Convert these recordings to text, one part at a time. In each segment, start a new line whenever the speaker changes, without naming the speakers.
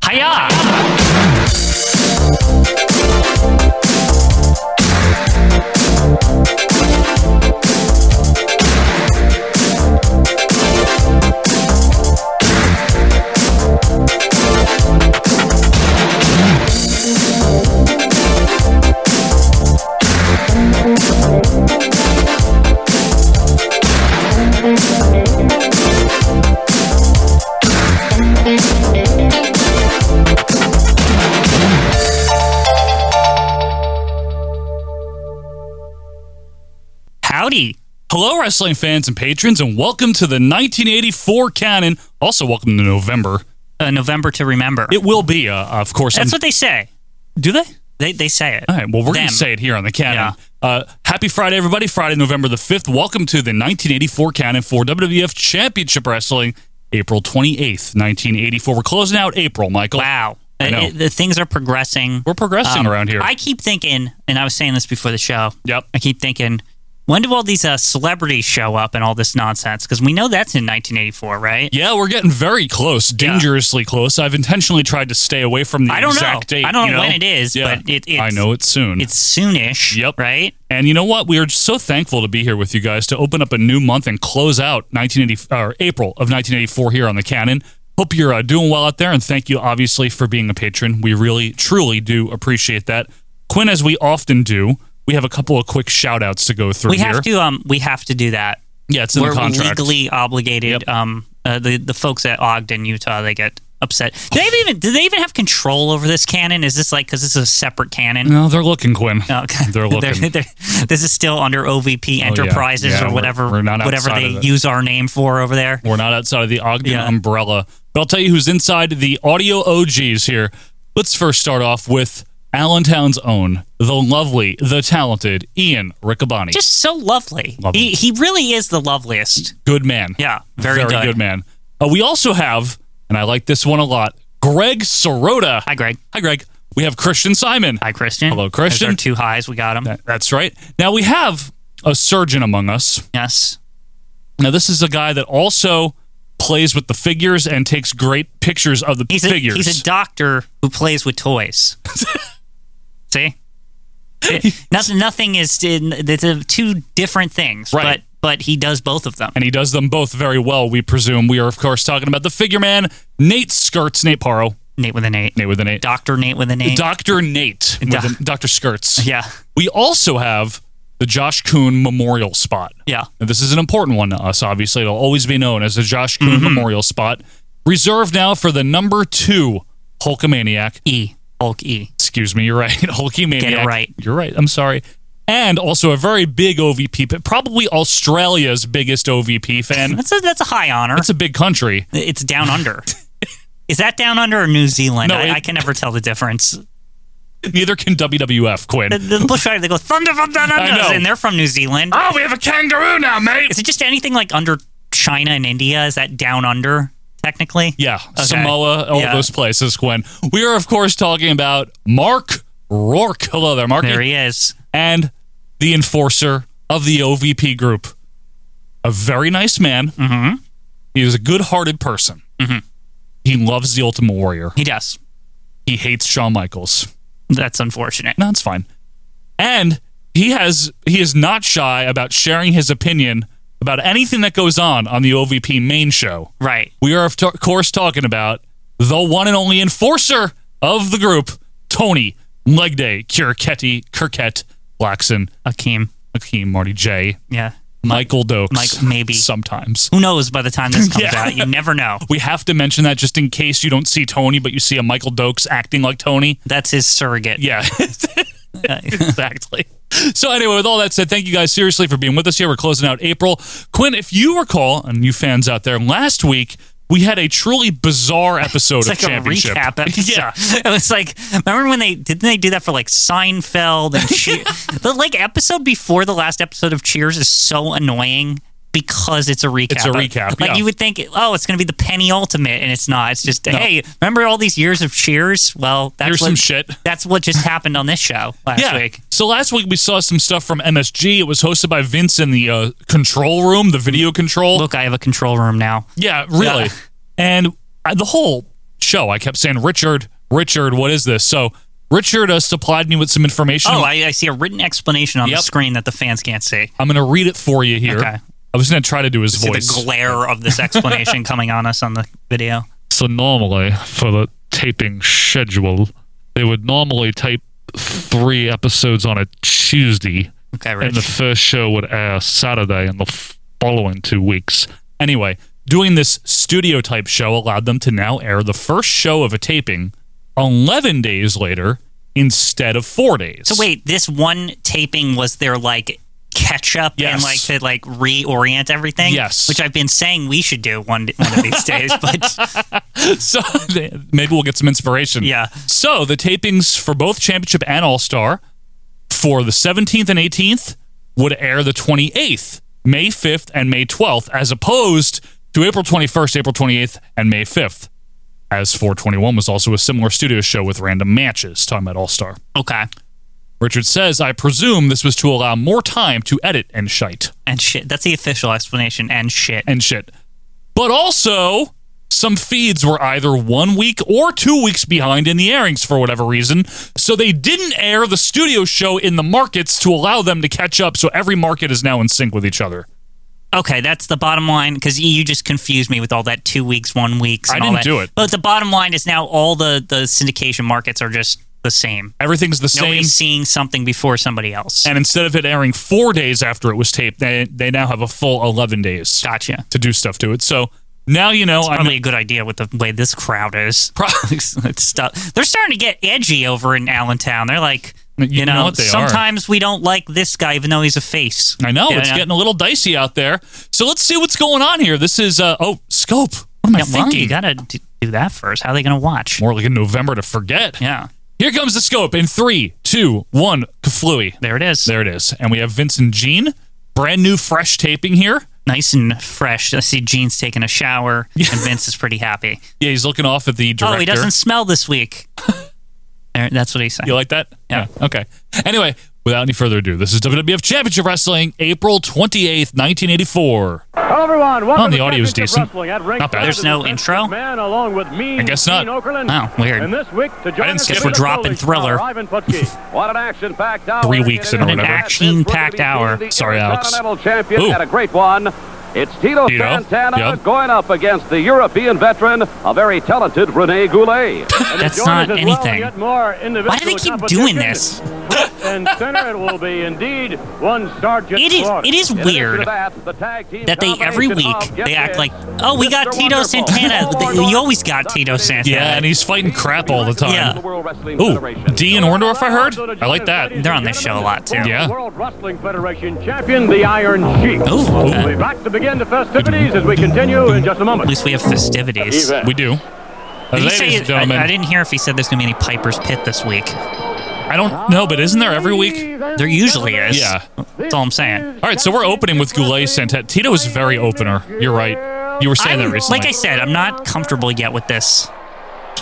早っ
Howdy. Hello, wrestling fans and patrons, and welcome to the 1984 canon. Also, welcome to November.
uh, November to remember.
It will be, uh, of course.
That's
on-
what they say.
do they?
They they say it.
All right. Well, we're going
Them.
to say it here on the canon. Uh, happy Friday, everybody. Friday, November the 5th. Welcome to the 1984 canon for WWF Championship Wrestling, April 28th, 1984. We're closing out April, Michael.
Wow.
I know.
Uh, it- the things are progressing.
We're progressing
Um,
around here.
I keep thinking, and I was saying this before the show.
Yep.
I keep thinking, when do all these uh, celebrities show up and all this nonsense? Because we know that's in 1984, right?
yeah, we're getting very close, dangerously close. I've intentionally tried to stay away from the
I don't know.
exact date.
I don't
you
know when it is, but it- it's-
I know it's soon.
It's soonish.
Yep.
Right.
And you know what? We are so thankful to be here with you guys to open up a new month and close out 1980 or April of 1984 here on the Canon. Hope you're uh, doing well out there, and thank you obviously for being a patron. We really, truly do appreciate that. Quinn, as we often do, we have a couple of quick shout outs to go through
We
here.
have to. Um. We have to do that.
yeah, it's in
We're
the contract.
legally obligated.
Yep.
Um. Uh, the the folks at Ogden, Utah, they get upset. Do they even do they even have control over this cannon? Is this like because this is a separate cannon?
no, they're looking, Quinn.
Okay.
They're looking. Oh,
they're- this is still under OVP Enterprises
Yeah,
or
we're-
whatever
we're not
whatever
outside
they
of it.
use our name for over there.
We're not outside of the Ogden
Yeah.
umbrella. But I'll tell you who's inside the audio OGs here. Let's first start off with Allentown's own, the lovely, the talented Ian Riccaboni.
Just so lovely.
Love him.
he, he really is the loveliest.
good man.
Yeah, very
good.
good.
man. Uh, we also have, and I like this one a lot, Greg Sorota.
Hi, Greg.
Hi, Greg. We have Christian Simon.
Hi, Christian.
Hello,
Those
Christian.
are two highs. We got him.
That's right. Now we have a surgeon among us.
yes.
Now, this is a guy that also plays with the figures and takes great pictures of the
He's a,
figures.
he's a doctor who plays with toys. See? nothing, nothing is in, it's uh, two different things,
Right.
but but he does both of them.
and he does them both very well, we presume. We are, of course, talking about the figure man, Nate Skirts, Nate Paro.
Nate with an eight.
Nate with an eight.
Doctor Nate with an eight.
Dr. Nate. with
Doc-
an- Dr. Skirts.
yeah.
We also have the Josh Kuhn Memorial Spot.
Yeah.
Now, this is an important one to us, obviously. It'll always be known as the Josh
Mm-hmm.
Kuhn Memorial Spot. Reserved now for the number two Hulkamaniac.
E. Hulk E.
Excuse me, you're right. Hulkamaniac.
Get it right.
You're right. I'm sorry. And also a very big OVP, but probably Australia's biggest OVP fan.
That's a that's a high honor.
It's a big country.
It's down under. Is that down under or New Zealand?
No,
I,
it-
I can never tell the difference.
Neither can WWF, Quinn.
The, the bush rider, they go thunder from down
know.
under, and they're from New Zealand.
oh, we have a kangaroo now, mate.
Is it just anything like under China and India? Is that down under technically?
Yeah, Samoa, all
Yeah.
those places, Gwen. We are, of course, talking about Mark Rourke. Hello there, Mark.
There he is.
And the enforcer of the OVP group. A very nice man. Mm-hmm. He is a good hearted person. Mm-hmm. He loves the Ultimate Warrior.
He does.
He hates Shawn Michaels.
That's unfortunate.
No, it's fine. And he has he is not shy about sharing his opinion about anything that goes on on the OVP main show.
Right.
We are, of to- course, talking about the one and only enforcer of the group, Tony Legday, Kirketti, Kirkett, Blackson,
Akeem.
Akeem, Marty J,
Yeah.
Michael Dokes.
Mike- maybe.
Sometimes.
Who knows by the time this comes
Yeah.
out? You never know.
We have to mention that just in case you don't see Tony, but you see a Michael Dokes acting like Tony.
That's his surrogate.
Yeah, exactly. So anyway, with all that said, thank you guys seriously for being with us here. We're closing out April. Quinn, if you recall, and you fans out there, last week we had a truly bizarre episode
It's
of
like a
Championship.
recap episode.
Yeah.
It was like, remember when they didn't they do that for like Seinfeld and Cheers? the like episode before the last episode of Cheers is so annoying because it's a recap.
It's a recap,
Like
yeah.
you would think, oh, it's going to be the penny ultimate, and it's not. It's just, hey, remember all these years of Cheers? Well, that's
Here's
what,
some shit.
That's what just happened on this show last
yeah.
week.
So last week we saw some stuff from MSG. It was hosted by Vince in the uh, control room, the video control.
Look, I have a control room now.
yeah, really.
Yeah.
And uh, the whole show. I kept saying, Richard, Richard, what is this? So Richard uh, supplied me with some information.
Oh, I, I see a written explanation on
Yep.
the screen that the fans can't see.
I'm going to read it for you here.
Okay.
I was going to try to do his
See the
voice.
glare of this explanation coming on us on the video.
So normally for the taping schedule, they would normally tape three episodes on a Tuesday,
Okay,
and the
Rich.
first show would air Saturday in the following two weeks.
Anyway, doing this studio type show allowed them to now air the first show of a taping 11 days later instead of four days.
so wait, this one taping was their like catch up
Yes.
and like to like reorient everything.
Yes.
which I've been saying we should do one one of these days, but
So maybe we'll get some inspiration.
Yeah.
So the tapings for both championship and all star for the 17th and 18th would air the 28th, May 5th, and May 12th, as opposed to April 21st, April 28th, and May 5th. As 421 was also a similar studio show with random matches, talking about All Star.
okay.
Richard says, I presume this was to allow more time to edit and shite
And shit, that's the official explanation. And shit,
and shit. But also, some feeds were either one week or two weeks behind in the airings for whatever reason. So they didn't air the studio show in the markets to allow them to catch up. So every market is now in sync with each other.
Okay, that's the bottom line because you just confused me with all that two weeks, one weeks. And
I
all
didn't
that.
do it.
But the bottom line is now all the the syndication markets are just the same.
Everything's the same.
Nobody's seeing something before somebody else.
And instead of it airing four days after it was taped, they, they now have a full 11 days
gotcha.
to do stuff to it. So now you know I'm.
Probably a good idea with the way this crowd is. it's stuff. They're starting to get edgy over in Allentown. They're like,
You
you,
know
know,
what they are.
sometimes we don't like this guy even though he's a face.
I know
Yeah,
it's
yeah.
getting a little dicey out there. So let's see what's going on here. This is uh oh scope. What am I
Yeah, well,
thinking?
you gotta d- do that first. How are they gonna watch?
More like in November to forget.
Yeah,
Here comes the scope in three, two, one. Kaflooey.
there it is.
There it is. And we have Vince and Gene. Brand new, fresh taping here.
nice and fresh. I see Gene's taking a shower, and Vince is pretty happy.
Yeah, he's looking off at the director.
Oh, he doesn't smell this week. There- That's what he's saying.
You like that?
Yeah.
Okay. Anyway, without any further ado, this is WWF Championship Wrestling, April 28th, 1984.
Hello, everyone. Welcome
Oh, the
to
audio's
Championship
decent.
Wrestling at ringside.
Not bad.
There's no
This is
intro?
Man, along with me,
I guess not.
Gene Okerlund.
Wow, Oh, weird.
And this week, to join
I didn't
us
skip
is
for
the
drop and
Polish
Thriller.
star, Ivan Putski. what an action-packed hour.
Three weeks in a
What
row. What an
action-packed hour.
Sorry, Alex.
Intercontinental champion
Ooh.
and a great one. It's Tito,
Tito.
Santana
Yep.
going up against the European veteran, a very talented Rene Goulet. And
That's
join us
not
as well
anything.
yet more individual
Why do they keep doing this?
competitions. and center it will be indeed one Sergeant
It is-
Clark.
it is
In addition
weird
to that, the tag team
that they every
combination
week
of, get
they act
this,
like, oh, we got
Mr.
Tito
Wonderful,
Santana.
Paul
They- You
Orndorff,
always got Tito
Dr. Santana.
Santana.
Yeah, and he's fighting crap all the time.
Yeah.
Ooh, D and Orndorff, I heard. I like that.
They're on this show a lot, too.
Yeah.
World Wrestling Federation champion, the Iron Sheik.
Ooh, okay.
We'll be back to begin the festivities as we continue in just a
At
moment.
least we have festivities.
Event.
We do.
Did he
Ladies
say-
and gentlemen,
I, I didn't hear if he said there's gonna be any Piper's Pit this week.
I don't know, but isn't there every week?
There usually is.
Yeah.
that's all I'm saying.
All right, so we're opening with Goulet Santet. Tito is very opener. You're right. You were saying
I'm-
that recently.
like I said, I'm not comfortable yet with this.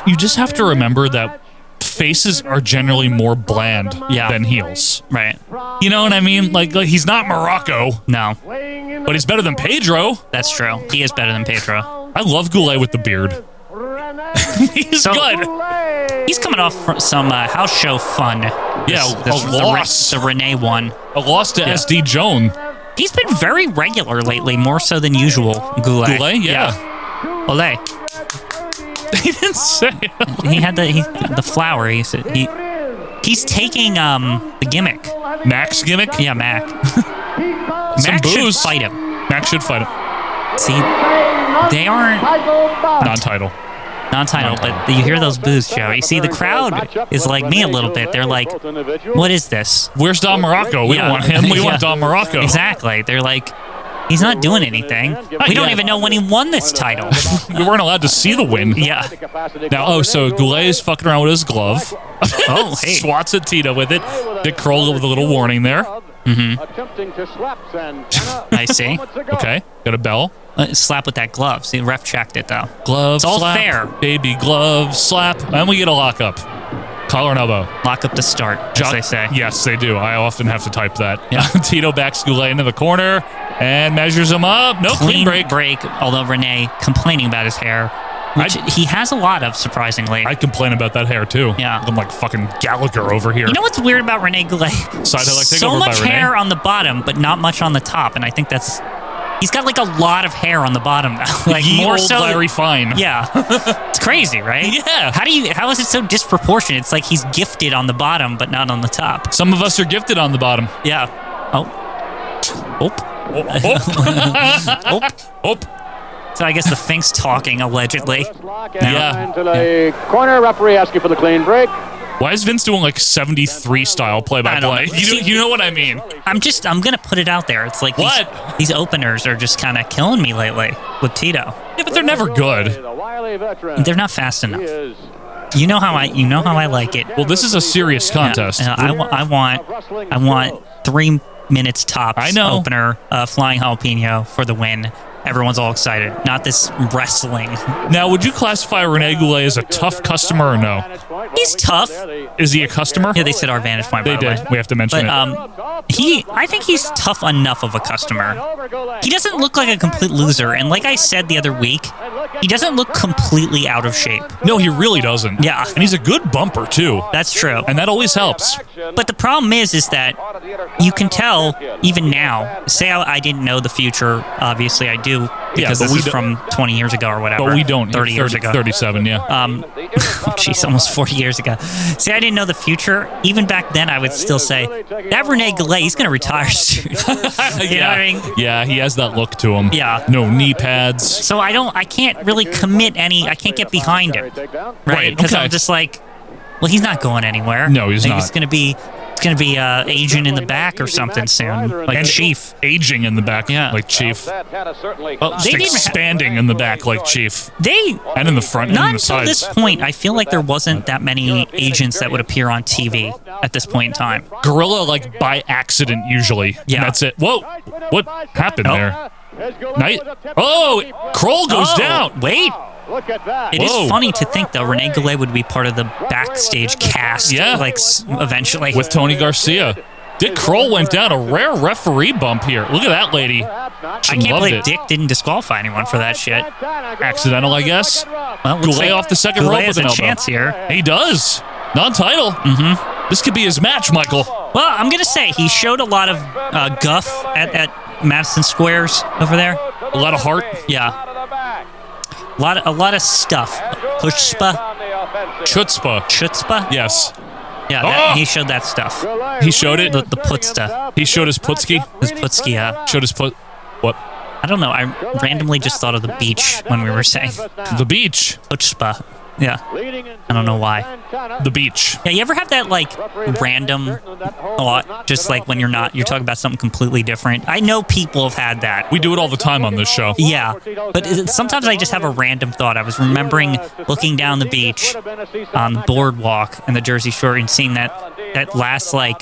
you just have to remember that faces are generally more bland
Yeah.
than heels.
Right?
You know what I mean? Like, like he's not Morocco,
No,
but he's better than Pedro.
that's true. He is better than Pedro.
I love Goulet with the beard. he's
So-
good.
He's coming off fr- some uh, house show fun.
Yeah,
This-
a
this- the Re-
loss.
The Renee one.
A loss to SD Joan.
He's been very regular lately, more so than usual. Goulet.
Goulet, yeah.
Ole.
he didn't say.
He had the he, the flower. He, said- he he's taking um the gimmick.
Max gimmick.
Yeah, Mac. Mac should
booze.
fight him.
Max should fight him.
See, they aren't
Non-title.
non-title, but you hear those boos, Joe. You see, the crowd is like me a little bit. They're like, "What is this?"
Where's Don Morocco? We
Yeah.
don't want him. We
Yeah.
want Don Morocco.
Exactly. They're like, "He's not doing anything." We don't even know when he won this title.
We weren't allowed to see the win.
yeah.
Now, oh, so Goulet is fucking around with his glove.
Oh, hey.
Swats at Tito with it. Dick Kroll with a little warning there.
Attempting to slap
I see.
Okay, got a bell.
Uh, Slap with that glove. See, ref checked it though.
Glove
It's all
slap.
fair.
Baby glove slap. And we get a lockup. Collar and elbow.
Lock up to start, as they say.
Yes, they do. I often have to type that.
Yeah.
Tito backs Goulet into the corner and measures him up. No clean, break.
Although Renee complaining about his hair,
which he has a lot of, surprisingly.
I complain about that hair too.
Yeah.
I'm like fucking Gallagher over here.
you know what's weird about Rene Goulet?
Psychedelic
so
Takeover by
much
Rene.
hair on the bottom, but not much on the top, and I think that's he's got like a lot of hair on the bottom now, like
Ye
more
old
so.
Larry Fine.
Yeah, it's crazy, right?
Yeah.
How do you? How is it so disproportionate? It's like he's gifted on the bottom, but not on the top.
Some of us are gifted on the bottom.
Yeah. Oh. Oh.
Oh,
So I guess the Fink's talking allegedly.
Yeah.
To the corner, referee asking for the clean break.
why is Vince doing like 73 style play by
I don't
play?
know.
You, know- you know what I mean?
I'm just I'm gonna put it out there. It's like these-
What?
These, openers are just kind of killing me lately with Tito.
Yeah, but they're never good.
The wily veteran.
They're not fast enough.
He is
You know how I you know how I like it.
Well, this is a serious contest.
Yeah, I, wa- I want I want three minutes tops.
I know.
opener uh, flying jalapeno for the win. Everyone's all excited. Not this wrestling.
Now, would you classify Rene Goulet as a tough customer or no?
He's tough.
Is he a customer?
Yeah, they said our vantage point.
They
by the way.
did. We have to mention
But
it.
um, he I think he's tough enough of a customer. He doesn't look like a complete loser, and like I said the other week, he doesn't look completely out of shape.
no, he really doesn't.
Yeah.
And he's a good bumper too.
That's true.
And that always helps.
But the problem is, is that you can tell even now. Say I, I didn't know the future. Obviously, I do because
but
this
we
is
don't-
from 20 years ago or whatever.
But we don't.
30 years ago.
37, yeah.
Um, jeez, almost 40 years ago. Say I didn't know the future. Even back then, I would still say that Rene Gallet, he's going to retire soon. you know what
yeah.
I mean?
Yeah, he has that look to him.
Yeah.
No knee pads.
So I don't. I can't really commit any. I can't get behind him. right?
Right,
Because
okay.
I'm just like, well, he's not going anywhere.
No, he's
Like,
not.
He's gonna be, it's gonna be uh, agent in the back or something soon, like
And
chief.
Chief aging in the back,
Yeah.
like Chief.
Well,
Well, just
didn't even have-
expanding in the back, like Chief.
They
And in the front and
not
in the
until
sides.
this point. I feel like there wasn't that many agents that would appear on TV at this point in time.
Gorilla, like by accident, usually.
Yeah.
And that's it. Whoa. What happened
Oh.
there? Night. Oh, Kroll goes
Oh,
down.
Wait,
Look at that.
it is
Whoa.
funny to think though. Rene Gallet would be part of the backstage cast.
Yeah.
like s- eventually
With Tony Garcia. Dick Kroll went down. A rare referee bump here. Look at that lady.
I
She
can't
loved
believe
it.
Dick didn't disqualify anyone for that shit.
Accidental, I guess.
Well, it looks
Goulet
like
off the second
Goulet
rope
has
with an
a
elbow.
chance here.
He does. Non-title. Mm-hmm. This could be his match, Michael.
Well, I'm gonna say he showed a lot of uh, guff at, at Madison Squares over there.
A lot of heart.
Yeah, a lot, a lot of stuff. Chutzpah,
Chutzpah.
chutzpah.
Yes.
yeah. That,
Oh!
He showed that stuff.
He showed it.
The, the putsta.
He showed his putski.
His putski. Yeah.
Showed his put. What?
I don't know. I randomly just thought of the beach when we were saying
The beach.
chutzpah. Yeah. I don't know why.
The beach.
Yeah. You ever have that like random thought, just like when you're not, you're talking about something completely different. I know people have had that.
We do it all the time on this show.
Yeah, but it- sometimes I just have a random thought. I was remembering looking down the beach on the boardwalk in the Jersey Shore and seeing that that last like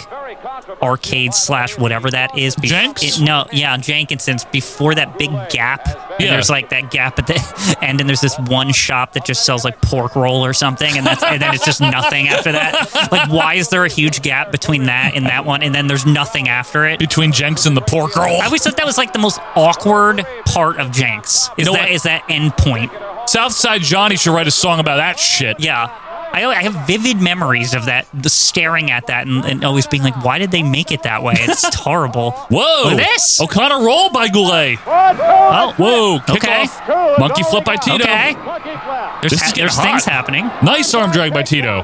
arcade slash whatever that is. bef-
Jenks?
it- no, yeah, Jenkinson's before that big gap. and
Yeah.
There's like that gap at the end, and there's this one shop that just sells like pork roll or something, and that's and then it's just nothing after that. Like, why is there a huge gap between that and that one, and then there's nothing after it?
Between Jenks and the pork roll.
I always thought that was like the most awkward part of Jenks. Is
know
that
what?
is that end point?
Southside Johnny should write a song about that shit.
Yeah. I, I have vivid memories of that, the staring at that and, and always being like, why did they make it that way? It's horrible.
Whoa.
Look at this.
O'Connor roll by Goulet.
Oh,
Whoa. Kick
Okay.
off. Monkey flip by Tito.
Okay. There's,
This
ha-
is getting
there's
hot.
things happening.
Nice arm drag by Tito.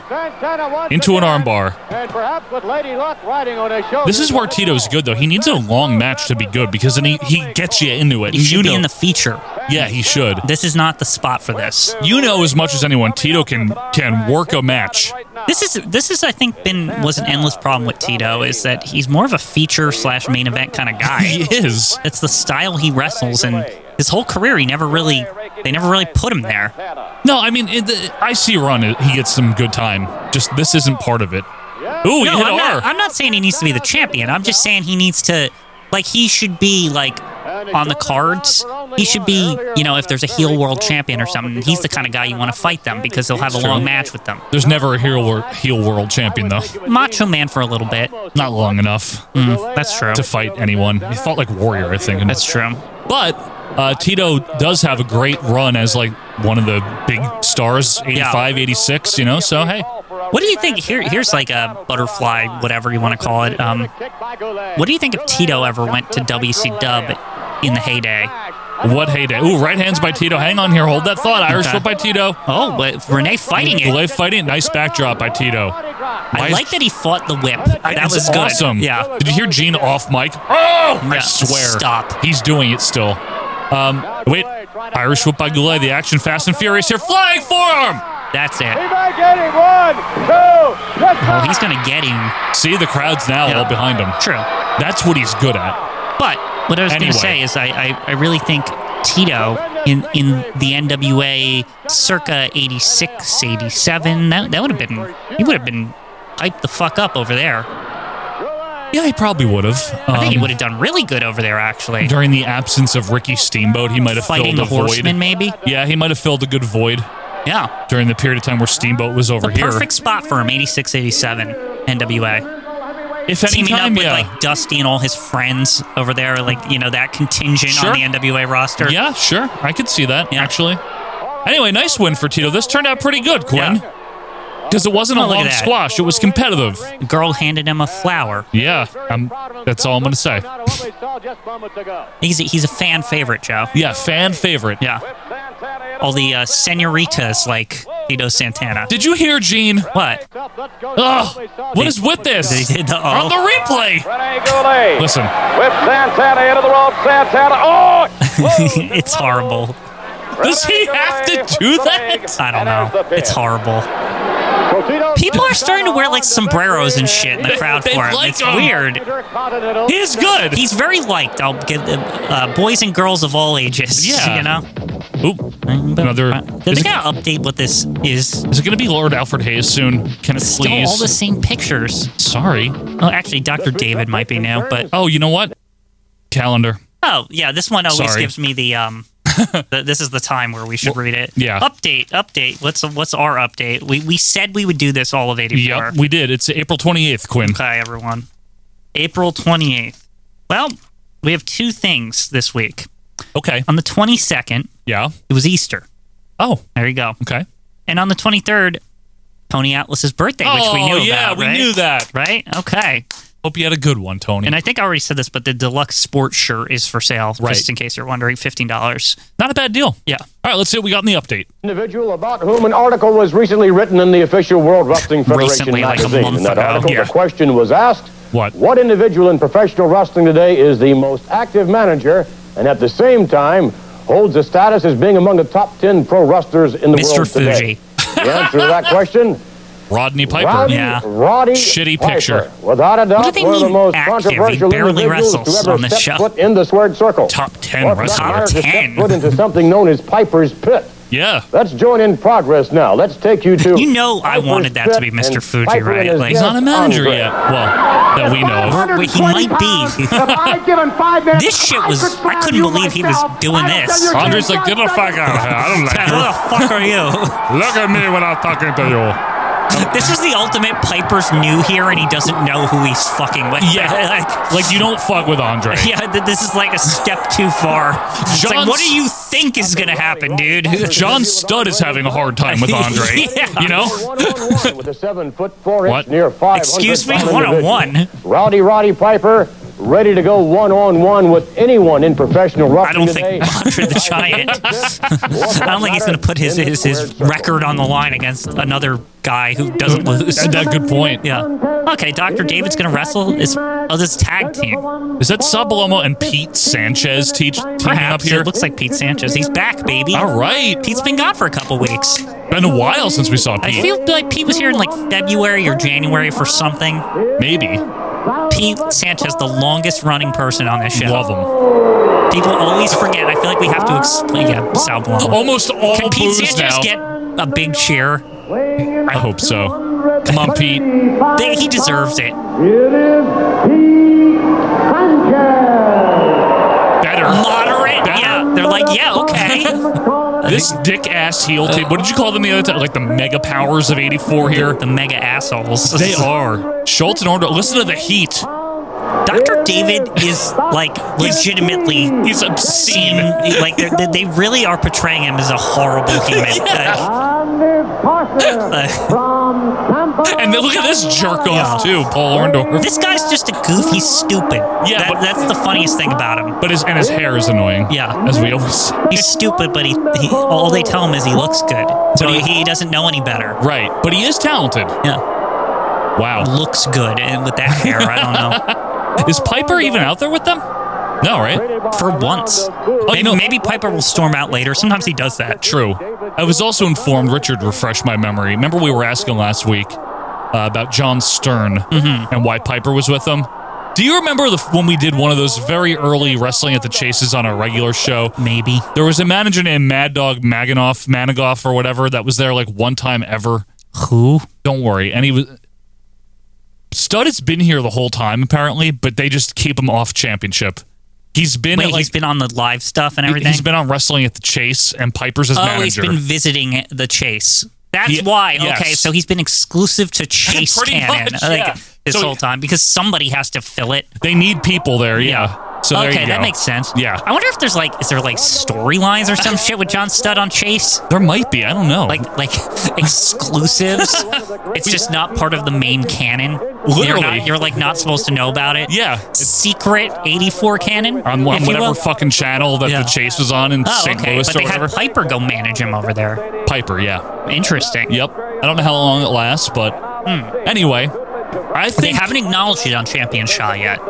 Into an armbar.
And perhaps with Lady Luck riding on his shoulders.
This is where Tito's good though. He needs a long match to be good because then he, he gets you into it.
He should
you
be
know,
in the feature.
yeah, he should.
This is not the spot for this.
You know as much as anyone, Tito can can work a match.
This is this is I think been was an endless problem with Tito is that he's more of a feature slash main event kind of guy.
He is.
That's the style he wrestles, and his whole career he never really they never really put him there.
No, I mean in the IC run, he gets some good time. Just this isn't part of it. Ooh,
no,
you hit
I'm,
a
not,
R.
I'm not saying he needs to be the champion. I'm just saying he needs to, like, he should be, like, on the cards. He should be, you know, if there's a heel world champion or something, he's the kind of guy you want to fight them because he'll have a long match with them.
There's never a heel wor- heel world champion though.
Macho Man for a little bit.
Not long enough
Mm, that's true.
to fight anyone. He fought like Warrior, I think.
That's true.
But
Uh, Tito does have a great run as like one of the big stars, 85, 86, you know. So hey,
What do you think? Here, here's like a butterfly, whatever you want to call it. Um, what do you think if Tito ever went to WC Dub in the heyday?
what heyday! Ooh, right hands by Tito. Hang on here, hold that thought. Irish
Okay.
whip by Tito.
Oh, but Renee fighting it.
Belay fighting. Nice backdrop by Tito.
I
is-
like that he fought the whip. That
It's
was good.
awesome.
Yeah.
Did you hear Gene off mic? Oh, I
Yeah,
swear.
stop.
He's doing it still. Um, wait. Irish whip by Goulet. The action fast and furious here. Flying forearm.
That's it.
He might get him. One, two, let's
Well, he's gonna get him.
See the crowd's now
Yeah.
all behind him.
True.
That's what he's good at.
But what I was
Anyway.
going to say is I, I, I really think Tito in in the NWA circa 86, 87, that, that would have been, he would have been hyped the fuck up over there.
Yeah, he probably would have. Um,
I think he would have done really good over there, actually.
During the absence of Ricky Steamboat, he might have
Fighting
filled
the
a
Horseman,
void.
maybe?
Yeah, he might have filled a good void
Yeah.
during the period of time where Steamboat was over
The
here.
perfect spot for him, 86, 87, NWA.
if any
Teaming
time,
up with
yeah.
like Dusty and all his friends over there, like, you know, that contingent
Sure.
on the NWA roster.
Yeah, sure. I could see that,
Yeah.
actually. Anyway, nice win for Tito. This turned out pretty good, Quinn. Because it wasn't
Oh,
a
look at
long
that.
squash, it was competitive.
The girl handed him a flower.
Yeah, I'm, that's all I'm going to say.
He's a, he's a fan favorite, Joe.
Yeah, fan favorite.
Yeah. all the uh, senoritas like Tito Santana.
Did you hear, Gene?
what?
Ugh, what is with this?
They did the
On the
oh.
replay!
Rene Goulet
Listen,
with Santana into the rope. Santana. Oh!
it's horrible.
does he have to do that?
I don't know. It's horrible.
horrible.
People are starting to wear like sombreros and shit in the crowd
They- they
for him.
like
It's
him.
weird.
He is good.
He's very liked. I'll give the uh, boys and girls of all ages.
Yeah.
you know. Uh,
Oop. Another.
Did
Is
they
it,
gotta update what this is?
is it going to be Lord Alfred Hayes soon? Can it
It's still
please?
all the same pictures.
Sorry.
Oh, actually, Dr. David might be now, but
Oh, you know what? Calendar.
Oh yeah, this one always
Sorry.
gives me the um. the, this is the time where we should read it.
yeah.
Update, update. What's what's our update? We we said we would do this all of eighty four.
Yep, we did. It's April 28th, Quinn.
okay, everyone. April twenty eighth. Well, we have two things this week.
Okay.
On the twenty second,
Yeah.
it was Easter.
Oh,
There you go.
okay.
And on the twenty third, Tony Atlas's birthday, which we
Oh,
knew
yeah,
about.
we
right?
knew that.
Right? Okay.
Hope you had a good one, Tony.
And I think I already said this, but the deluxe sports shirt is for sale.
Right.
Just in case you're wondering, fifteen dollars.
Not a bad deal.
Yeah.
All right, let's see what we got in the update.
individual about whom an article was recently written in the official World Wrestling Federation
Recently, like a
magazine.
month
in that
ago.
article,
Yeah.
the question was asked,
What?
What individual in professional wrestling today is the most active manager and at the same time holds the status as being among the top 10 pro wrestlers in the
Mr.
world today?
Fuji.
The answer to that question,
Rodney Piper.
Rowdy
Yeah.
Roddy
Shitty
Piper.
picture.
Without a doubt,
What do they
one of the
mean
most
active? He
controversial
barely
individuals
wrestles
to ever
on this
step
show.
foot in the squared circle.
Top 10
Or for that
wrestler.
matter,
Top
to step
10.
foot into something known as Piper's Pit.
Yeah.
Let's join in progress now. Let's take you to.
You know I
Piper's
wanted that to be
Pit
Mr.
and
Fuji,
Piper
right?
and his
Like,
He's
guest
not a manager
Andre.
yet. Well, that we know of.
Wait, he might be.
if I'd given five minutes,
This shit was- I
slam
couldn't
you
believe he was
myself.
doing
I don't
this.
tell you
Andre's
kids,
like, get the
God,
fuck out of here. I don't like
Who
you.
the fuck are you?
Look at me when I'm talking to you.
This is the ultimate Piper's new here, and he doesn't know who he's fucking with.
Yeah.
like,
Like, you don't fuck with Andre.
yeah, th- this is like a step too far. It's like,
John's-
what do you think is gonna happen, dude?
John Studd is having a hard time with Andre.
Yeah.
You know?
One-on-one with a seven foot four inch
What?
near five.
Excuse me? One-on-one?
Rowdy Roddy Piper, ready to go one on one with anyone in professional
I
wrestling
don't think
today.
Andre the Giant. I don't think he's gonna put his his, his record on the line against another guy who doesn't lose.
That's a good point.
Yeah. Okay, Doctor David's gonna wrestle his oh, this tag team.
Is that Sabalomo and Pete Sanchez teach, teaming up
Perhaps
here?
it looks like Pete Sanchez. He's back, baby.
All right.
Pete's been gone for a couple weeks.
Been a while since we saw
I
Pete.
feel like Pete was here in like February or January for something.
Maybe.
Pete Sanchez, the longest running person on this show.
Love him.
People always forget. I feel like we have to explain. Yeah, Sal Blanc.
Almost all
Can Pete
booze
Sanchez
now.
get a big cheer?
I hope so. Come on, Pete.
They- He deserves it.
Better.
Moderate.
Better.
Yeah. They're like, yeah, okay.
This dick ass heel team. What did you call them the other time? Like the mega powers of '84 here.
The mega assholes.
They are Schultz and Orndorff. Listen to the heat.
Dr. David is like legitimately
He's obscene.
seen like they're- they they really are portraying him as a horrible human. Uh, uh,
And then look at this jerk off too, Paul Orndorff.
this guy's just a goof. He's stupid.
Yeah,
That-
but-
that's the funniest thing about him.
But his and his hair is annoying.
Yeah.
as we always say.
He's stupid, but he, he all they tell him is he looks good. So he, doesn't know any better.
Right, but he is talented.
Yeah,
Wow,
looks good, and with that hair, I don't know.
is Piper even out there with them? No, right? Oh,
For once, maybe, maybe Piper will storm out later. Sometimes he does that.
True. I was also informed. Richard refreshed my memory. Remember we were asking last week uh, about John Stern
Mm-hmm.
and why Piper was with him. Do you remember the, when we did one of those very early wrestling at the chases on a regular show?
Maybe.
There was a manager named Mad Dog Maganoff, Manigoff, or whatever that was there like one time ever. Who? Don't worry. And he was. Stud has been here the whole time, apparently, but they just keep him off championship. He's been
Wait,
at, like,
he's been on the live stuff and everything.
he's been on wrestling at the Chase and Piper's his
oh,
manager.
he's been visiting the Chase. That's
Ye-
why.
yes.
Okay, so he's been exclusive to Chase
Pretty
Cannon
much,
like,
yeah.
this
So-
whole time because somebody has to fill it.
They need people there, yeah. So there
okay,
you
that
go.
makes sense.
Yeah.
I wonder if there's like, is there like storylines or some shit with John Studd on Chase?
There might be. I don't know.
Like, like exclusives. it's just not part of the main canon. you're,
Literally.
not, you're like not supposed to know about it.
yeah,
secret '84 canon
on, on
if you
whatever
will.
fucking channel that
Yeah.
the Chase was on in
Oh,
St.
okay,
Louis
but
or
they
whatever.
had Piper go manage him over there.
Piper, yeah.
Interesting. Hmm.
Yep. I don't know how long it lasts, but anyway, I
They
think
haven't e- acknowledged it on Champion Shaw yet.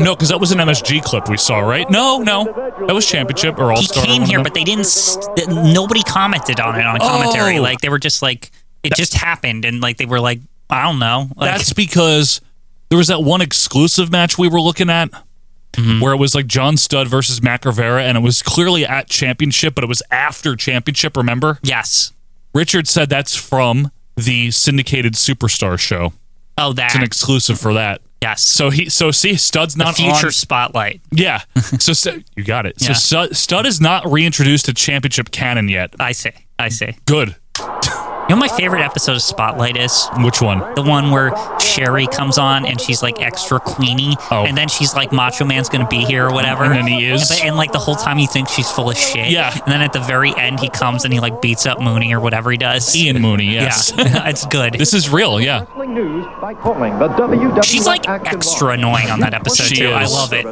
no, because that was an MSG clip we saw, right? No, no, that was championship or all
He
star.
came here, but they didn't. s- th- Nobody commented on it on commentary.
Oh.
Like they were just like it just happened, and like they were like, I don't know. Like,
that's because there was that one exclusive match we were looking at.
Mm-hmm.
Where it was like John Studd versus Mac Rivera, and it was clearly at championship, but it was after championship. Remember?
yes.
Richard said that's from the syndicated superstar show.
Oh, that
It's an exclusive for that.
yes.
So he so see Stud's
the
not
future
on.
spotlight.
Yeah. So Stud- you got it.
Yeah.
So Stud, Stud is not reintroduced to championship canon yet.
I see. I see. You
Good.
know, what my favorite episode of Spotlight is
Which one?
the one where Sherry comes on and she's like extra queenie,
Oh.
and then she's like Macho Man's gonna be here or whatever,
And then he is.
and, and, like the whole time you think she's full of shit,
Yeah.
and then at the very end he comes and he like beats up Mooney or whatever he does.
Ian Mooney. Yes.
Yeah, it's good.
this is real. Yeah.
news by calling the
E
WWE
She's like extra annoying on that episode
She
too. I
is.
love it.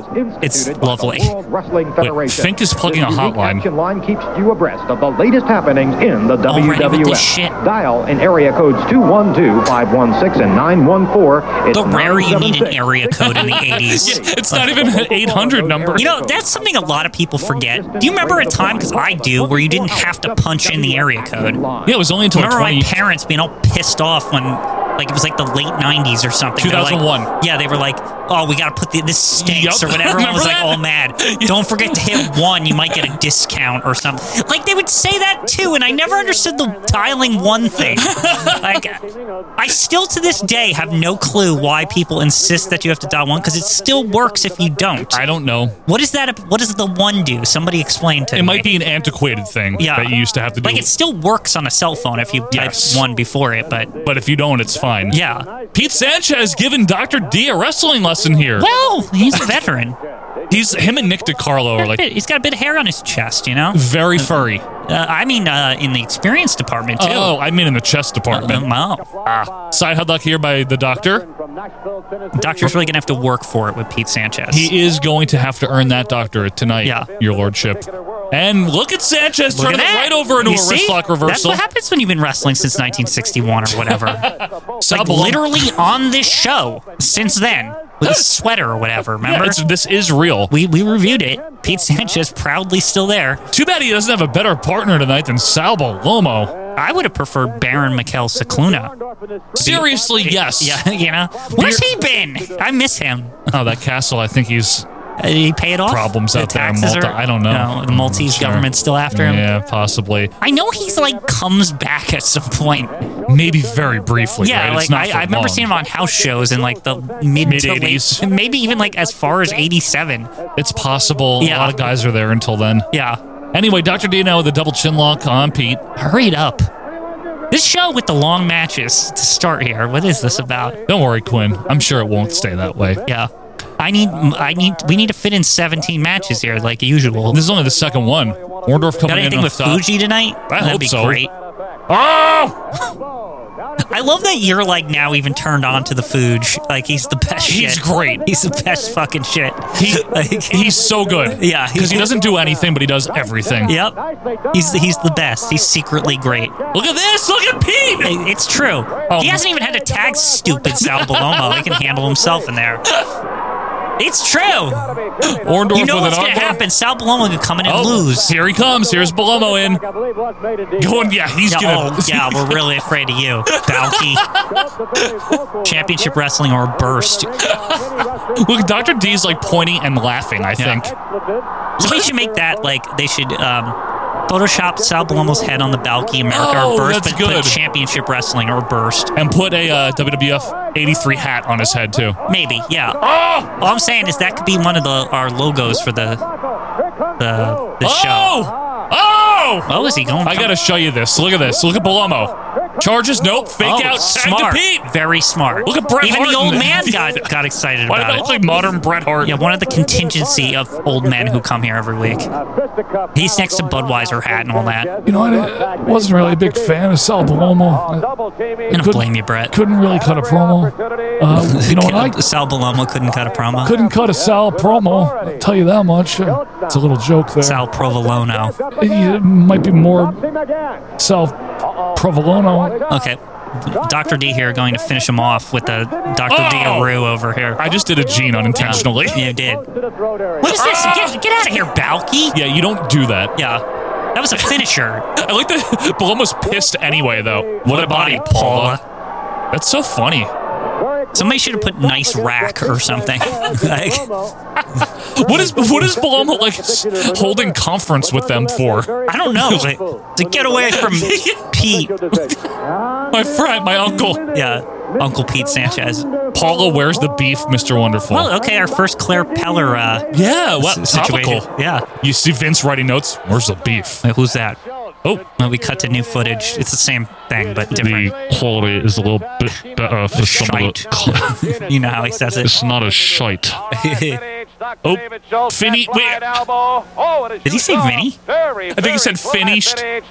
It's lovely.
Wrestling Federation.
Fink is plugging
This
a
unique
hotline.
Action line keeps you abreast of the latest happenings in the
Already with
WWF.
E
this shit.
Dial in area codes 212, 516, and 914. It's
The rare you need an
976.
area code in the 80s.
Yeah, it's not even an 800 number.
You know, that's something a lot of people forget. Do you remember a time, because I do, where you didn't have to punch in the area code?
Yeah, it was only until like
Remember my
20.
parents being all pissed off when, like, it was like the late 90s or something. They were like-
2001.
yeah, they were like, oh, we got to put the, this
Yup.
stinks or whatever. Everyone
Remember
was like
that?
all mad. Don't forget to hit one. You might get a discount or something. Like, they would say that too, and I never understood the dialing one thing. like, I still to this day have no clue why people insist that you have to dial one because it still works if you don't.
I don't know.
What is that? What does the one do? Somebody explain to me.
It might be an antiquated thing
Yeah.
that you used to have to do.
Like it still works on a cell phone if you type
Yes.
one before it, but
but if you don't, it's fine.
yeah.
Pete Sanchez giving Dr. D a wrestling lesson here.
Well, he's a veteran.
He's him and Nick DiCarlo are like
he's got a bit of hair on his chest, you know.
very furry.
Uh, I mean, uh, in the experience department too.
Oh, I mean in the chest department. Ah.
Uh, wow.
Side headlock here by the doctor.
Doctor's really gonna have to work for it with Pete Sanchez.
He is going to have to earn that doctorate tonight,
Yeah.
your lordship. And look at Sanchez
Look at
turning it
that.
right over into
You
a wrist
see?
lock reversal.
That's what happens when you've been wrestling since 1961 or whatever.
Sub
like
lump.
literally on this show since then with a sweater or whatever.
Yeah,
Remember?
it's- this is real.
we we reviewed it. Pete Sanchez proudly still there.
Too bad he doesn't have a better partner tonight than Salvo Lomo.
I would have preferred Baron Mikel Cicluna.
Seriously, yes.
Yeah, you know where's he been? I miss him.
Oh, that castle, I think he's
Uh, Did he pay it off?
problems
The
out there. in
taxes
Malta.
are-
I don't know.
No, the Maltese
Sure.
government's still after him.
Yeah, possibly.
I know he's like comes back at some point.
Maybe very briefly.
Yeah,
right? It's
like
not
I,
for
I remember
long.
seeing him on house shows in like the mid, to
Mid-eighties.
late, maybe even like as far as '87.
It's possible. A
Yeah.
lot of guys are there until then.
Yeah,
Anyway, Dr. Dino with a double chin lock on Pete.
hurry it up. This show with the long matches to start here. What is this about?
Don't worry, Quinn. I'm sure it won't stay that way.
Yeah. I need, I need, we need to fit in 17 matches here, like usual.
This is only the second one. Orndorff coming
Got
in
anything
on
with
top.
Fuji tonight?
I
That'd
hope
be
so.
great.
Oh,
I love that you're like now even turned on to the Fuge. Like he's the best.
He's
shit.
great.
He's the best fucking shit.
He-
Like-
he's so good.
Yeah, he-
because he doesn't do anything, but he does everything.
Yep. He's he's the best. He's secretly great.
Look at this. Look at Pete.
It- It's true. he hasn't even had to tag stupid Sal Balomo. he can handle himself in there. It's true.
Orndorff
You know
with
what's
an
going to
uppercut.
happen. Sal Balomo could come in and
Oh,
lose.
Here he comes. Here's Belomo in. Going, yeah, he's
Yeah,
gonna.
oh, yeah, we're really afraid of you, Balky. Championship wrestling or burst.
Look, Dr. D's like pointing and laughing, I think.
Somebody should make that like they should um, Photoshop Sal Balomo's head on the Balky America
Oh,
or burst,
that's
but put
good.
Championship Wrestling or burst.
And put a uh, WWF 83 hat on his head, too. Oh!
Maybe, yeah. All I'm saying is that could be one of the our logos for the the, the show.
Oh! Oh!
Oh, is he going?
I gotta show you this. Look at this. Look at Belomo. Charges, nope. Fake
Oh,
out. Tag
smart,
to Pete.
very smart.
Look at Bret
Even the
Hart
old
in
man
there.
got got excited
Why did
about
that
it.
look like modern Bret Hart?
yeah, one of the contingency of old men who come here every week. He's next to Budweiser hat and all that.
You know, I I wasn't really a big fan of Sal
Oh,
Palomo.
I don't
Couldn't-
blame you, Brett.
I couldn't really cut a promo. Uh, you know, and I
Sal Balomo couldn't cut a promo.
couldn't cut a Sal promo. I'll tell you that much. Uh, It's a little joke there.
Sal Provolono.
It might be more Sal Provolone.
Okay. Dr. D here going to finish him off with the Dr. D
Oh!
Aru over here.
I just did a gene unintentionally.
You did. What is this? Get, get out of here, Balky.
Yeah, you don't do that.
Yeah. That was a finisher.
I like that Belomo's pissed anyway, though. What a body, Paula. That's so funny.
Somebody should have put nice rack or something. like,
What is what is Belomo like s- holding conference with them for?
I don't know. Like, to get away from Pete.
My friend, my uncle.
Yeah. Uncle Pete Sanchez.
Paula, where's the beef, Mr. Wonderful?
Well, okay, our first Claire Peller uh,
yeah, well,
s- situation.
topical.
Yeah.
You see Vince writing notes. Where's the beef?
Like, who's that?
Oh,
Well, we cut to new footage. It's the same thing, but different.
The quality is a little bit better for some of the. cl-
you know how he says it.
It's not a shite.
Oh,
oh,
Finney- wait.
Oh,
Did he say Vinny?
I
think he said finished.
And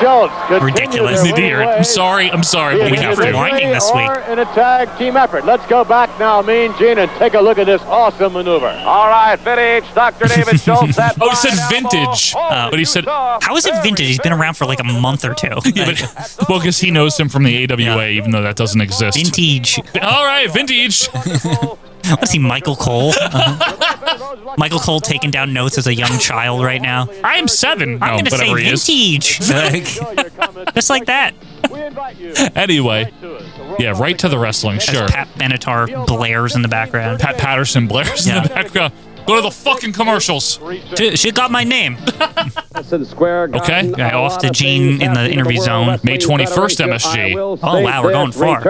Schultz.
Ridiculous.
continue their
Nadir,
winning
I'm
ways.
sorry. I'm sorry. But we have
Individually.
to.
whining this week.
Or in a tag team effort. Let's go back now, Mean Gene, and take a look at this awesome maneuver.
All right, vintage, Dr. David Schultz. That
Oh, he said
fine elbow.
vintage.
Uh,
Oh,
But he said-
How is it vintage? He's been around for like a month or two.
Yeah,
Like,
but, well, because he knows him from the AWA, even though that doesn't exist.
vintage.
All right, vintage.
What's he, Michael Cole? Uh-huh. Michael Cole taking down notes as a young child right now.
I am seven. no,
I'm gonna say
whatever he is.
vintage. Like, just like that.
We invite you.
Anyway, yeah, right to the wrestling.
As
Sure.
Pat Benatar blares in the background.
Pat Patterson blares
Yeah.
in the background. Go to the fucking commercials.
Dude, she got my name.
Okay.
Yeah, off to Gene in the interview zone.
May 21st, MSG.
Oh, wow, we're going far.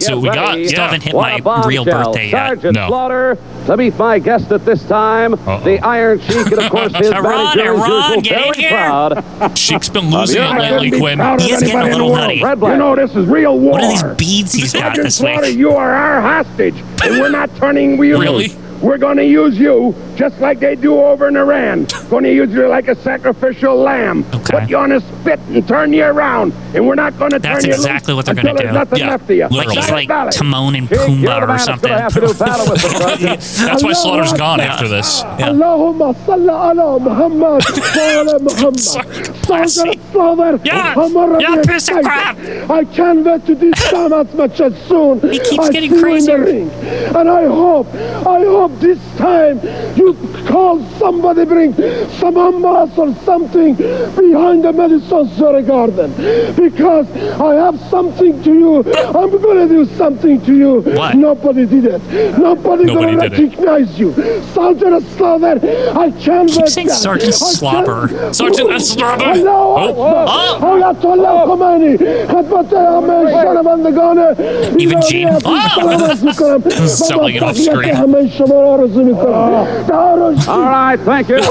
So we got.
Still
Yeah.
haven't hit my real birthday uh, yet.
No.
Slaughter to meet my guest at this time, the Iron Sheik, and of course his
Iran,
manager, as
Iran,
usual,
get in
very
here.
proud.
Sheik's been losing it
I couldn't
lately,
be
Quinn.
prouder
He is
of
getting a
anybody in the
little
world.
nutty.
Red
You know this is real war.
What are these beads he's got
Sergeant
this week?
Slaughter, you are our hostage, and we're not turning wheels.
Really?
We're going to use you just like they do over in Iran. Going to use you like a sacrificial lamb.
Okay.
Put you on a spit and turn you around, and we're not going to turn
That's
you
exactly
loose
what they're gonna
until there's
do.
nothing
Yeah,
left of you.
Like he's
Literally.
like Timon and Pumbaa or something.
That's
Oh,
why Slaughter's gone after this.
Allahumma salli ala Muhammad wa ala Muhammad. Sergeant Slaughter,
Yeah,
I'm
yeah,
already
piece of
excited.
crap.
I can't wait to this time as much as soon.
He keeps
I
getting
see you in the
crazier.
ring. And I hope, I hope this time you call somebody, bring some umbrellas or something behind the Madison Square Garden. Because I have something to you. I'm going to do something to you.
What?
Nobody did it. Nobody,
Nobody
going to
did it.
recognize you. Sergeant Slaughter, I can't
Keep
wait.
saying Sergeant Slobber.
Sergeant Slaughter.
Hello,
Oh.
Ayatollah Khomeini had
But there are men shut up on the corner.
Even Gene.
Wow.
Selling it off screen.
Uh,
All right, thank you.
Get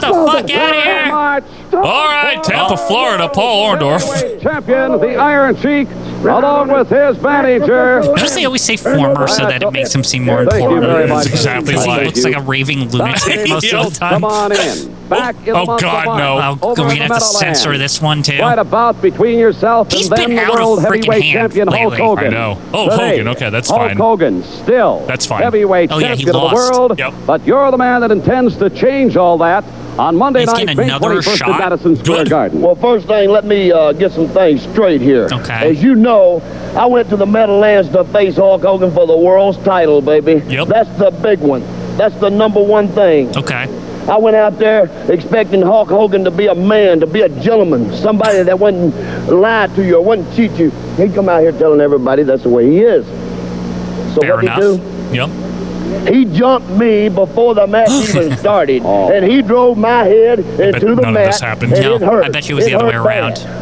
the fuck out of
Very
here!
much.
All right, Tampa, Florida, Paul Orndorff.
Heavyweight Champion, the Iron Sheik, along with his manager.
Notice they always say former so that it makes him seem more
Thank you
important.
very
That's
much.
exactly
Because
why.
he looks like a raving lunatic most of the time.
Come on in. Back in
Oh,
the month
God,
of March,
no.
Wow,
over
we're
in the
gonna have to
Meadowlands.
censor this one too.
Right about between yourself
He's
and then
been
the
out of
world
freaking
heavyweight
hand
champion Hulk
lately. I
Hogan.
know. Oh,
Today,
Hogan. Okay, that's
Hulk
fine.
Hogan still
That's fine.
heavyweight
Oh, yeah, he
champion of the
lost.
world.
Yep.
But you're the man that intends to change all that on Monday
He's
night,
getting
May
another
21st
shot?
at Madison Square
Good.
Garden.
Well, first thing, let me uh, get some things straight here.
Okay.
As you know, I went to the Meadowlands to face Hulk Hogan for the world's title, baby.
Yep.
That's the big one. That's the number one thing.
Okay.
I went out there expecting Hulk Hogan to be a man, to be a gentleman, somebody that wouldn't lie to you or wouldn't cheat you. He come out here telling everybody that's the way he is. So
Fair
what
enough.
he do?
Yep.
He jumped me before the match even started, and he drove my head
bet
into the
none of
mat.
this happened.
and
No,
it hurt.
I bet you it was the other
hurt
way around.
bad.